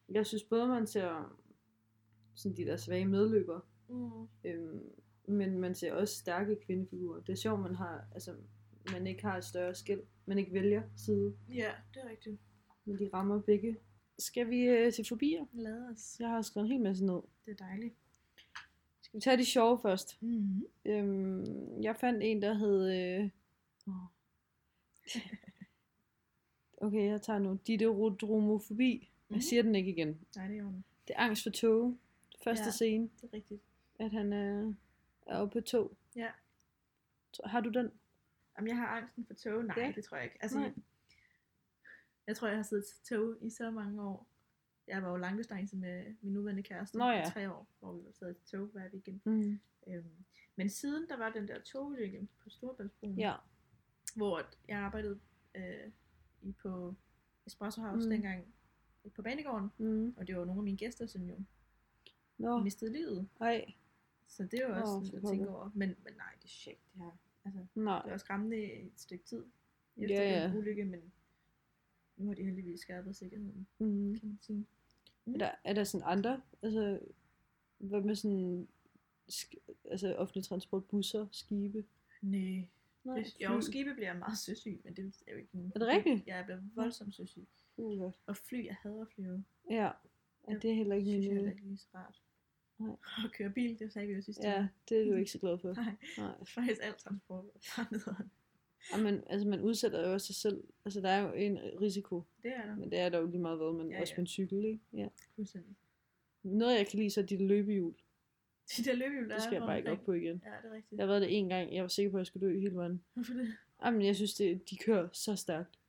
[SPEAKER 1] jeg synes både man ser sådan de der svage medløbere,
[SPEAKER 2] Mm.
[SPEAKER 1] øhm, men man ser også stærke kvindefigurer. Det er sjovt, man har, altså, man ikke har et større skæld, man ikke vælger side,
[SPEAKER 2] Ja, det er rigtigt.
[SPEAKER 1] men de rammer begge. Skal vi øh, se fobier?
[SPEAKER 2] Lad os.
[SPEAKER 1] Jeg har skrevet en hel masse ned.
[SPEAKER 2] Det er dejligt.
[SPEAKER 1] Skal vi tage de sjove først?
[SPEAKER 2] Mm.
[SPEAKER 1] Øhm, jeg fandt en, der hed... Øh... åh. Okay, jeg tager nu. Diderodromofobi.
[SPEAKER 2] Mhm.
[SPEAKER 1] Jeg siger den ikke igen.
[SPEAKER 2] Nej, det er ordentligt.
[SPEAKER 1] Det er angst for tog. Første
[SPEAKER 2] Ja.
[SPEAKER 1] ja. scene,
[SPEAKER 2] Det er rigtigt.
[SPEAKER 1] at han er, er oppe på tog.
[SPEAKER 2] Ja.
[SPEAKER 1] Tror- Har du den?
[SPEAKER 2] Om jeg har angsten for tog? Nej,
[SPEAKER 1] Ja.
[SPEAKER 2] det tror jeg ikke. Altså,
[SPEAKER 1] Nej.
[SPEAKER 2] Jeg tror, jeg har siddet til tog i så mange år. Jeg var jo langdistance med min nuværende kæreste
[SPEAKER 1] Nå ja.
[SPEAKER 2] i tre år, hvor vi var sad til tog hver weekend.
[SPEAKER 1] Mm.
[SPEAKER 2] Øhm, men siden der var den der togulykke på Storebæltsbroen,
[SPEAKER 1] Ja.
[SPEAKER 2] hvor at jeg arbejdede øh, i på Espresso House mm.
[SPEAKER 1] Mm.
[SPEAKER 2] dengang på banegården,
[SPEAKER 1] Mm.
[SPEAKER 2] og det var nogle af mine gæster, som jo
[SPEAKER 1] Nå,
[SPEAKER 2] mistede livet.
[SPEAKER 1] ej.
[SPEAKER 2] Så det er jo også
[SPEAKER 1] Åh,
[SPEAKER 2] oh, lidt
[SPEAKER 1] for
[SPEAKER 2] at tænke
[SPEAKER 1] pokker.
[SPEAKER 2] over. Men, men nej, det er sjældent det her. Altså, det
[SPEAKER 1] Nej.
[SPEAKER 2] var skræmmende et stykke tid
[SPEAKER 1] Ja,
[SPEAKER 2] efter
[SPEAKER 1] ja.
[SPEAKER 2] den ulykke, men nu har de heldigvis skærpet sikkerheden,
[SPEAKER 1] Mm.
[SPEAKER 2] kan man sige. Mm.
[SPEAKER 1] Er der, er der sådan andre, altså, hvad med sådan, sk- altså offentlig transport, busser, skibe?
[SPEAKER 2] Nej.
[SPEAKER 1] Nej,
[SPEAKER 2] Det, jo, skibe bliver jeg meget søsyg, men det er jo ikke en...
[SPEAKER 1] Er det rigtigt?
[SPEAKER 2] Jeg bliver voldsomt søsyg.
[SPEAKER 1] Uha.
[SPEAKER 2] Og fly, jeg hader at flyve.
[SPEAKER 1] Uh, Ja, ja, det er heller
[SPEAKER 2] Det
[SPEAKER 1] ikke
[SPEAKER 2] synes jeg
[SPEAKER 1] min
[SPEAKER 2] heller
[SPEAKER 1] øh,
[SPEAKER 2] ikke lige så rart.
[SPEAKER 1] Nej.
[SPEAKER 2] Og køre bil, det sagde vi jo sidste
[SPEAKER 1] Ja,
[SPEAKER 2] uge.
[SPEAKER 1] det er du ikke så glad for.
[SPEAKER 2] Nej,
[SPEAKER 1] Nej.
[SPEAKER 2] faktisk alt transport er nederen.
[SPEAKER 1] Ja, men, altså, man udsætter jo også sig selv. Altså, der er jo en risiko,
[SPEAKER 2] Det er der
[SPEAKER 1] men det er der jo lige meget hvad, men
[SPEAKER 2] Ja,
[SPEAKER 1] også
[SPEAKER 2] ja.
[SPEAKER 1] på en cykel, ikke? Ja.
[SPEAKER 2] fuldstændig.
[SPEAKER 1] Noget, jeg kan lide, så er dit løbehjul.
[SPEAKER 2] De der løbehjul, der
[SPEAKER 1] Det skal
[SPEAKER 2] er
[SPEAKER 1] jeg bare ikke op
[SPEAKER 2] rundt
[SPEAKER 1] på igen.
[SPEAKER 2] omkring. Ja, det er rigtigt.
[SPEAKER 1] Jeg har været det en gang, jeg var sikker på, at jeg skulle dø hele vejen.
[SPEAKER 2] Hvorfor det?
[SPEAKER 1] Jamen, jeg synes, det, de kører så stærkt.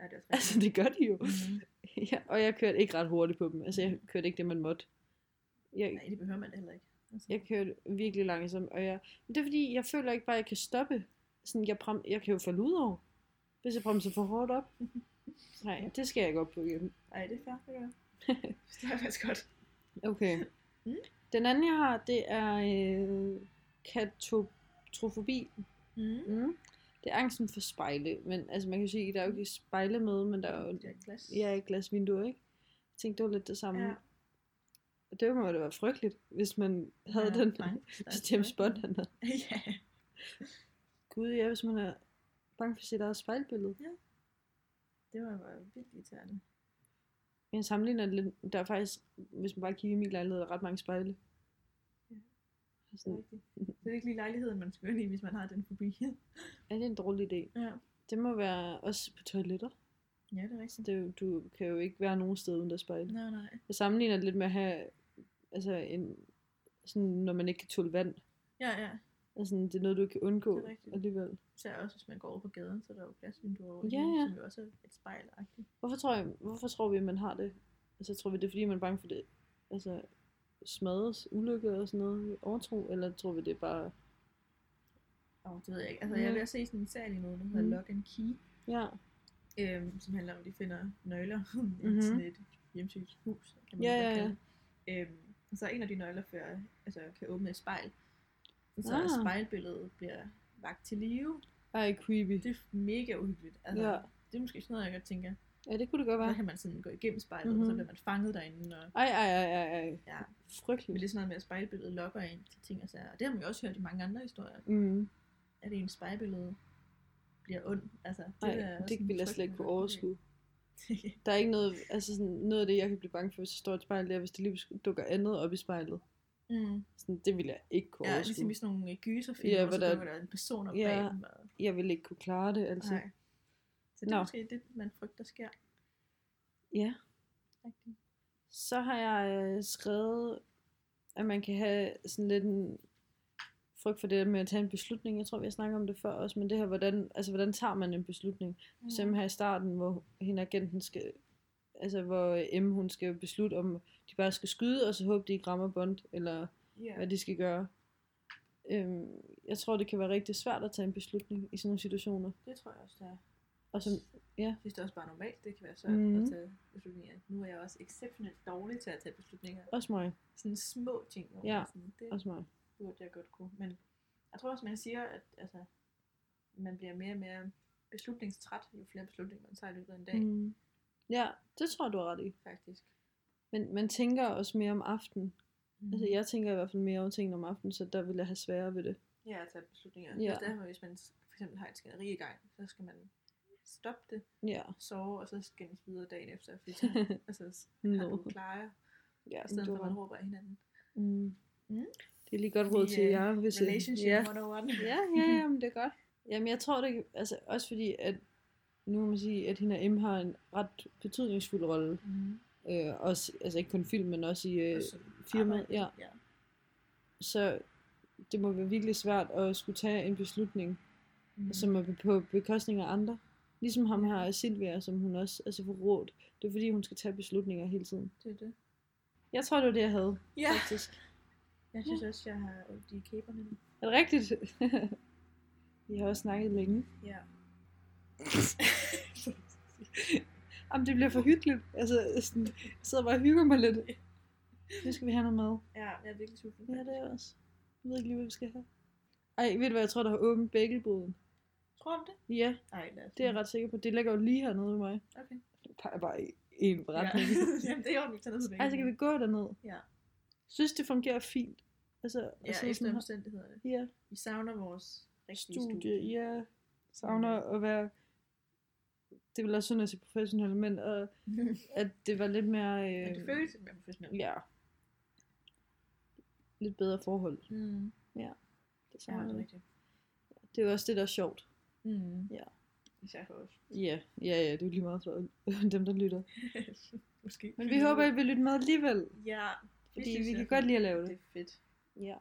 [SPEAKER 2] Ja, det er også rigtigt.
[SPEAKER 1] Altså, det gør de jo.
[SPEAKER 2] Mhm.
[SPEAKER 1] Ja, og jeg kørte ikke ret hurtigt på dem. Altså, jeg kørte ikke det, man måtte. Jeg,
[SPEAKER 2] Nej, det behøver man da heller ikke. Altså,
[SPEAKER 1] jeg kørte virkelig langsomt, og jeg... Men det er fordi, jeg føler ikke bare, at jeg kan stoppe. Sådan, jeg, brem, jeg kan jo falde ud over, hvis jeg bremser for hårdt op. Nej, det skal jeg ikke op på igen.
[SPEAKER 2] Nej, det er fair, det gør jeg. Det er faktisk godt.
[SPEAKER 1] Okay.
[SPEAKER 2] Mm.
[SPEAKER 1] Den anden, jeg har, det er øh, katotrofobi.
[SPEAKER 2] Mm.
[SPEAKER 1] Mm. Det er angsten for spejle, men altså man kan jo sige, der er jo ikke spejle med, men der er jo
[SPEAKER 2] Det er glas.
[SPEAKER 1] ja, et glas vindue, ikke? Jeg tænkte, det var lidt det samme.
[SPEAKER 2] Ja.
[SPEAKER 1] Ja. Og det må da være frygteligt, hvis man havde ja, den,
[SPEAKER 2] nej,
[SPEAKER 1] hvis James Bond han havde.
[SPEAKER 2] ja,
[SPEAKER 1] Gud, ja, hvis man er bange for sit eget spejlbillede.
[SPEAKER 2] det var bare vildt irriterende.
[SPEAKER 1] Jeg sammenligner det lidt, der er faktisk, hvis man bare kigger i min lejlighed, der er ret mange spejle.
[SPEAKER 2] Ja.
[SPEAKER 1] Og
[SPEAKER 2] Det er
[SPEAKER 1] Sådan,
[SPEAKER 2] rigtigt. Så det er ikke lige lejligheden, man skal ind i, hvis man har den fobi.
[SPEAKER 1] er det en dårlig idé?
[SPEAKER 2] ja.
[SPEAKER 1] Det må være også på toiletter.
[SPEAKER 2] ja, det er
[SPEAKER 1] Så
[SPEAKER 2] rigtigt.
[SPEAKER 1] det, er jo- du kan jo ikke være nogen sted uden der er spejle.
[SPEAKER 2] Nej, nej.
[SPEAKER 1] Jeg sammenligner det lidt med at have, altså en, sådan, når man ikke kan tåle vand.
[SPEAKER 2] Ja, ja.
[SPEAKER 1] Altså, det er noget, du ikke kan undgå
[SPEAKER 2] Det er rigtigt.
[SPEAKER 1] alligevel.
[SPEAKER 2] Så også, hvis man går over på gaden, så er der jo glasvinduer over
[SPEAKER 1] Ja,
[SPEAKER 2] det hele,
[SPEAKER 1] ja.
[SPEAKER 2] som jo også er et spejl -agtigt.
[SPEAKER 1] Hvorfor tror, jeg, hvorfor tror vi, at man har det? Altså, tror vi, det er, fordi man er bange for det? Altså, smadres, ulykke og sådan noget, overtro? Eller tror vi, det er bare...
[SPEAKER 2] Åh, det ved jeg ikke. Altså, jeg
[SPEAKER 1] Ja.
[SPEAKER 2] vil også se sådan en særlig måde, der hedder
[SPEAKER 1] Mm.
[SPEAKER 2] Lock and Key,
[SPEAKER 1] Ja,
[SPEAKER 2] øhm, som handler om, at de finder nøgler
[SPEAKER 1] Mhm.
[SPEAKER 2] i sådan et hjemsøgt hus, kan man
[SPEAKER 1] Ja,
[SPEAKER 2] godt
[SPEAKER 1] ja, ja.
[SPEAKER 2] kalde det. Øhm, og så er en af de nøgler fører, altså, kan åbne et spejl. Så
[SPEAKER 1] Ah.
[SPEAKER 2] ah. spejlbilledet bliver vagt til live.
[SPEAKER 1] ej, creepy.
[SPEAKER 2] Det er mega uhyggeligt. Altså,
[SPEAKER 1] Ja.
[SPEAKER 2] Det er måske sådan noget, jeg godt tænker.
[SPEAKER 1] Ja, det kunne det godt
[SPEAKER 2] Så
[SPEAKER 1] være.
[SPEAKER 2] kan man sådan gå igennem spejlet, mm-hmm.
[SPEAKER 1] Mhm.
[SPEAKER 2] og så bliver man fanget derinde. Og,
[SPEAKER 1] Ej, ej, ej, ej, ej.
[SPEAKER 2] ja. Men
[SPEAKER 1] Frygteligt.
[SPEAKER 2] det er sådan noget med, at spejlbilledet lokker en til ting og sager. Og det har man jo også hørt i mange andre historier,
[SPEAKER 1] Mm.
[SPEAKER 2] at en spejlbillede bliver ond. Altså, det,
[SPEAKER 1] Ej,
[SPEAKER 2] er
[SPEAKER 1] det,
[SPEAKER 2] sådan
[SPEAKER 1] det ville jeg
[SPEAKER 2] frygteligt,
[SPEAKER 1] slet ikke kunne
[SPEAKER 2] man godt
[SPEAKER 1] overskue. Der er ikke noget, altså sådan, noget af det, jeg kan blive bange for, hvis der står et spejl der, hvis det lige dukker andet op i spejlet.
[SPEAKER 2] mm.
[SPEAKER 1] Sådan, det ville jeg ikke kunne
[SPEAKER 2] Ja,
[SPEAKER 1] overskue.
[SPEAKER 2] ligesom i sådan nogle øh, gyserfilm,
[SPEAKER 1] Ja,
[SPEAKER 2] ja, hvor
[SPEAKER 1] hvor der-
[SPEAKER 2] der... der er en person op
[SPEAKER 1] Ja.
[SPEAKER 2] ja. bag dem. Og...
[SPEAKER 1] Jeg ville ikke kunne klare det, altså.
[SPEAKER 2] Nej. Så det er
[SPEAKER 1] Nå.
[SPEAKER 2] måske det, man frygter sker.
[SPEAKER 1] Ja.
[SPEAKER 2] Rigtigt.
[SPEAKER 1] Så har jeg øh, skrevet, at man kan have sådan lidt en frygt for det der med at tage en beslutning. Jeg tror, vi har snakket om det før også, men det her, hvordan, altså, hvordan tager man en beslutning? Mm. Som her i starten, hvor hende agenten skal, altså hvor M, hun skal beslutte, om de bare skal skyde, og så håbe, de ikke rammer Bond, eller
[SPEAKER 2] Ja.
[SPEAKER 1] hvad de skal gøre. Øhm, jeg tror, det kan være rigtig svært at tage en beslutning i sådan nogle situationer.
[SPEAKER 2] Det tror jeg også, der er.
[SPEAKER 1] Og som, ja.
[SPEAKER 2] Jeg synes, det er også bare normalt, det kan være svært
[SPEAKER 1] Mhm.
[SPEAKER 2] mm. at tage beslutninger. Nu er jeg også exceptionelt dårlig til at tage beslutninger.
[SPEAKER 1] også mig,
[SPEAKER 2] Sådan små ting, hvor
[SPEAKER 1] Ja.
[SPEAKER 2] man er sådan, det
[SPEAKER 1] også mig.
[SPEAKER 2] burde jeg godt kunne. Men jeg tror også, man siger, at altså, man bliver mere og mere beslutningstræt, jo flere beslutninger man tager i løbet af en dag, mm.
[SPEAKER 1] Mm. Ja, det tror jeg, du har ret i.
[SPEAKER 2] faktisk.
[SPEAKER 1] Men man tænker også mere om aftenen.
[SPEAKER 2] Mm.
[SPEAKER 1] Altså, jeg tænker i hvert fald mere over tingene om aftenen, så der vil jeg have sværere ved det.
[SPEAKER 2] Ja, at tage beslutninger. Altså,
[SPEAKER 1] Ja.
[SPEAKER 2] Ja. Også derfor, hvis man s- for eksempel har et skænderi i gang, så skal man stoppe det,
[SPEAKER 1] Ja,
[SPEAKER 2] sove, og så skændes videre dagen efter, fordi så altså, s- har
[SPEAKER 1] no.
[SPEAKER 2] du klarer,
[SPEAKER 1] ja
[SPEAKER 2] i stedet
[SPEAKER 1] du
[SPEAKER 2] for,
[SPEAKER 1] har
[SPEAKER 2] at man
[SPEAKER 1] ret.
[SPEAKER 2] råber af hinanden.
[SPEAKER 1] mm.
[SPEAKER 2] Mm.
[SPEAKER 1] Det er lige godt råd
[SPEAKER 2] Vi,
[SPEAKER 1] til
[SPEAKER 2] øh,
[SPEAKER 1] jer, hvis øh,
[SPEAKER 2] Relationship
[SPEAKER 1] ja.
[SPEAKER 2] 101.
[SPEAKER 1] ja, ja, ja, men det er godt. Jamen, jeg tror det, kan- altså også fordi, at nu må man sige, at hende og M har en ret betydningsfuld rolle.
[SPEAKER 2] Mm.
[SPEAKER 1] Øh, også, altså ikke kun i film, men også i øh,
[SPEAKER 2] Og så
[SPEAKER 1] firmaet.
[SPEAKER 2] arbejde.
[SPEAKER 1] Ja.
[SPEAKER 2] ja.
[SPEAKER 1] Så det må være virkelig svært at skulle tage en beslutning,
[SPEAKER 2] Mm.
[SPEAKER 1] som er på bekostning af andre. Ligesom ham her, Silvia, som hun også altså for råd. Det er fordi, hun skal tage beslutninger hele tiden.
[SPEAKER 2] Det er det.
[SPEAKER 1] Jeg tror, det var det, jeg havde,
[SPEAKER 2] Ja.
[SPEAKER 1] faktisk.
[SPEAKER 2] Jeg synes også, jeg har ondt i kæberne nu.
[SPEAKER 1] Er det rigtigt? Vi har også snakket længe.
[SPEAKER 2] Ja.
[SPEAKER 1] Jamen, det bliver for hyggeligt. Altså, sådan, jeg sidder bare og hygger mig lidt. Nu skal vi have noget mad.
[SPEAKER 2] ja, jeg er virkelig sulten.
[SPEAKER 1] Ja, det er også. Jeg ved ikke lige, hvad vi skal have. Ej, ved du hvad, jeg tror, der har åbent bagelsboden.
[SPEAKER 2] Tror du det?
[SPEAKER 1] Ja,
[SPEAKER 2] Nej, lad os.
[SPEAKER 1] det er jeg ret sikker på. Det ligger jo lige hernede ved mig.
[SPEAKER 2] Okay.
[SPEAKER 1] Det peger Mm. bare i en
[SPEAKER 2] Ja.
[SPEAKER 1] retning.
[SPEAKER 2] Jamen, det er ordentligt, så
[SPEAKER 1] Ja. Ej, så Altså, kan vi gå derned.
[SPEAKER 2] Ja.
[SPEAKER 1] Synes, det fungerer fint. Altså,
[SPEAKER 2] Ja,
[SPEAKER 1] at sidde
[SPEAKER 2] efter
[SPEAKER 1] sådan her.
[SPEAKER 2] omstændighederne.
[SPEAKER 1] Ja,
[SPEAKER 2] Vi savner vores rigtige studie. Mm.
[SPEAKER 1] studie, ja. Savner at være... Det vil også sådan at se professionel, men øh, at det var lidt mere... Øh,
[SPEAKER 2] Men det føles lidt mere professionelt.
[SPEAKER 1] Ja. Lidt bedre forhold.
[SPEAKER 2] Mm.
[SPEAKER 1] Det,
[SPEAKER 2] Ja, det er
[SPEAKER 1] savner jeg.
[SPEAKER 2] rigtigt.
[SPEAKER 1] det er jo også det, der er sjovt.
[SPEAKER 2] Mm.
[SPEAKER 1] Ja.
[SPEAKER 2] Især for os.
[SPEAKER 1] Ja, ja, ja, det er jo lige meget for dem, der lytter.
[SPEAKER 2] Måske.
[SPEAKER 1] Men vi håber, at I vil lytte med alligevel.
[SPEAKER 2] Ja.
[SPEAKER 1] Fordi
[SPEAKER 2] synes,
[SPEAKER 1] vi
[SPEAKER 2] det
[SPEAKER 1] kan
[SPEAKER 2] er
[SPEAKER 1] godt
[SPEAKER 2] fedt.
[SPEAKER 1] lide at lave
[SPEAKER 2] Det
[SPEAKER 1] det.
[SPEAKER 2] er fedt.
[SPEAKER 1] Ja.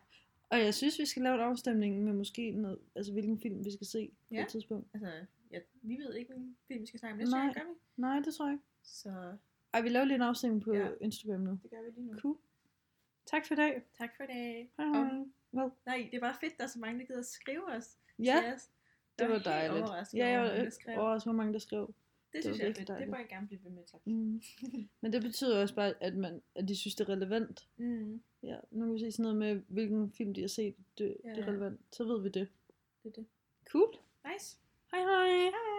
[SPEAKER 1] Og jeg synes, vi skal lave en afstemning med måske noget, altså hvilken film vi skal se på
[SPEAKER 2] Ja.
[SPEAKER 1] et tidspunkt.
[SPEAKER 2] Altså, ja, vi ved ikke, hvilken film vi skal snakke om næste
[SPEAKER 1] Nej.
[SPEAKER 2] gang, gør vi?
[SPEAKER 1] Nej, det tror jeg ikke.
[SPEAKER 2] Så
[SPEAKER 1] Ej, vi laver lige en afstemning på
[SPEAKER 2] Ja. Mm.
[SPEAKER 1] ja. Instagram nu.
[SPEAKER 2] det gør vi lige nu.
[SPEAKER 1] Cool. Tak for i dag.
[SPEAKER 2] Tak for i dag.
[SPEAKER 1] Hej
[SPEAKER 2] Om-
[SPEAKER 1] hej. Hvad?
[SPEAKER 2] Nej, det er bare fedt, der er så mange, der gider at skrive os.
[SPEAKER 1] Ja,
[SPEAKER 2] til os.
[SPEAKER 1] det
[SPEAKER 2] Jeg
[SPEAKER 1] var
[SPEAKER 2] helt
[SPEAKER 1] dejligt.
[SPEAKER 2] overrasket
[SPEAKER 1] Ja, jeg
[SPEAKER 2] over, hvor mange, der
[SPEAKER 1] var
[SPEAKER 2] skrev.
[SPEAKER 1] overrasket, hvor mange der skrev.
[SPEAKER 2] Det, synes
[SPEAKER 1] var
[SPEAKER 2] jeg er
[SPEAKER 1] virkelig
[SPEAKER 2] fedt. Det
[SPEAKER 1] dejligt.
[SPEAKER 2] må jeg gerne blive ved med, tak.
[SPEAKER 1] Mm. Men det betyder også bare, at, man, at de synes, det er relevant.
[SPEAKER 2] Mm.
[SPEAKER 1] Ja, nu kan vi se sådan noget med, hvilken film de har set, det,
[SPEAKER 2] Ja,
[SPEAKER 1] det er
[SPEAKER 2] ja.
[SPEAKER 1] relevant. Så ved vi det.
[SPEAKER 2] Det er det.
[SPEAKER 1] Cool.
[SPEAKER 2] Nice.
[SPEAKER 1] Hej hej.
[SPEAKER 2] Hej.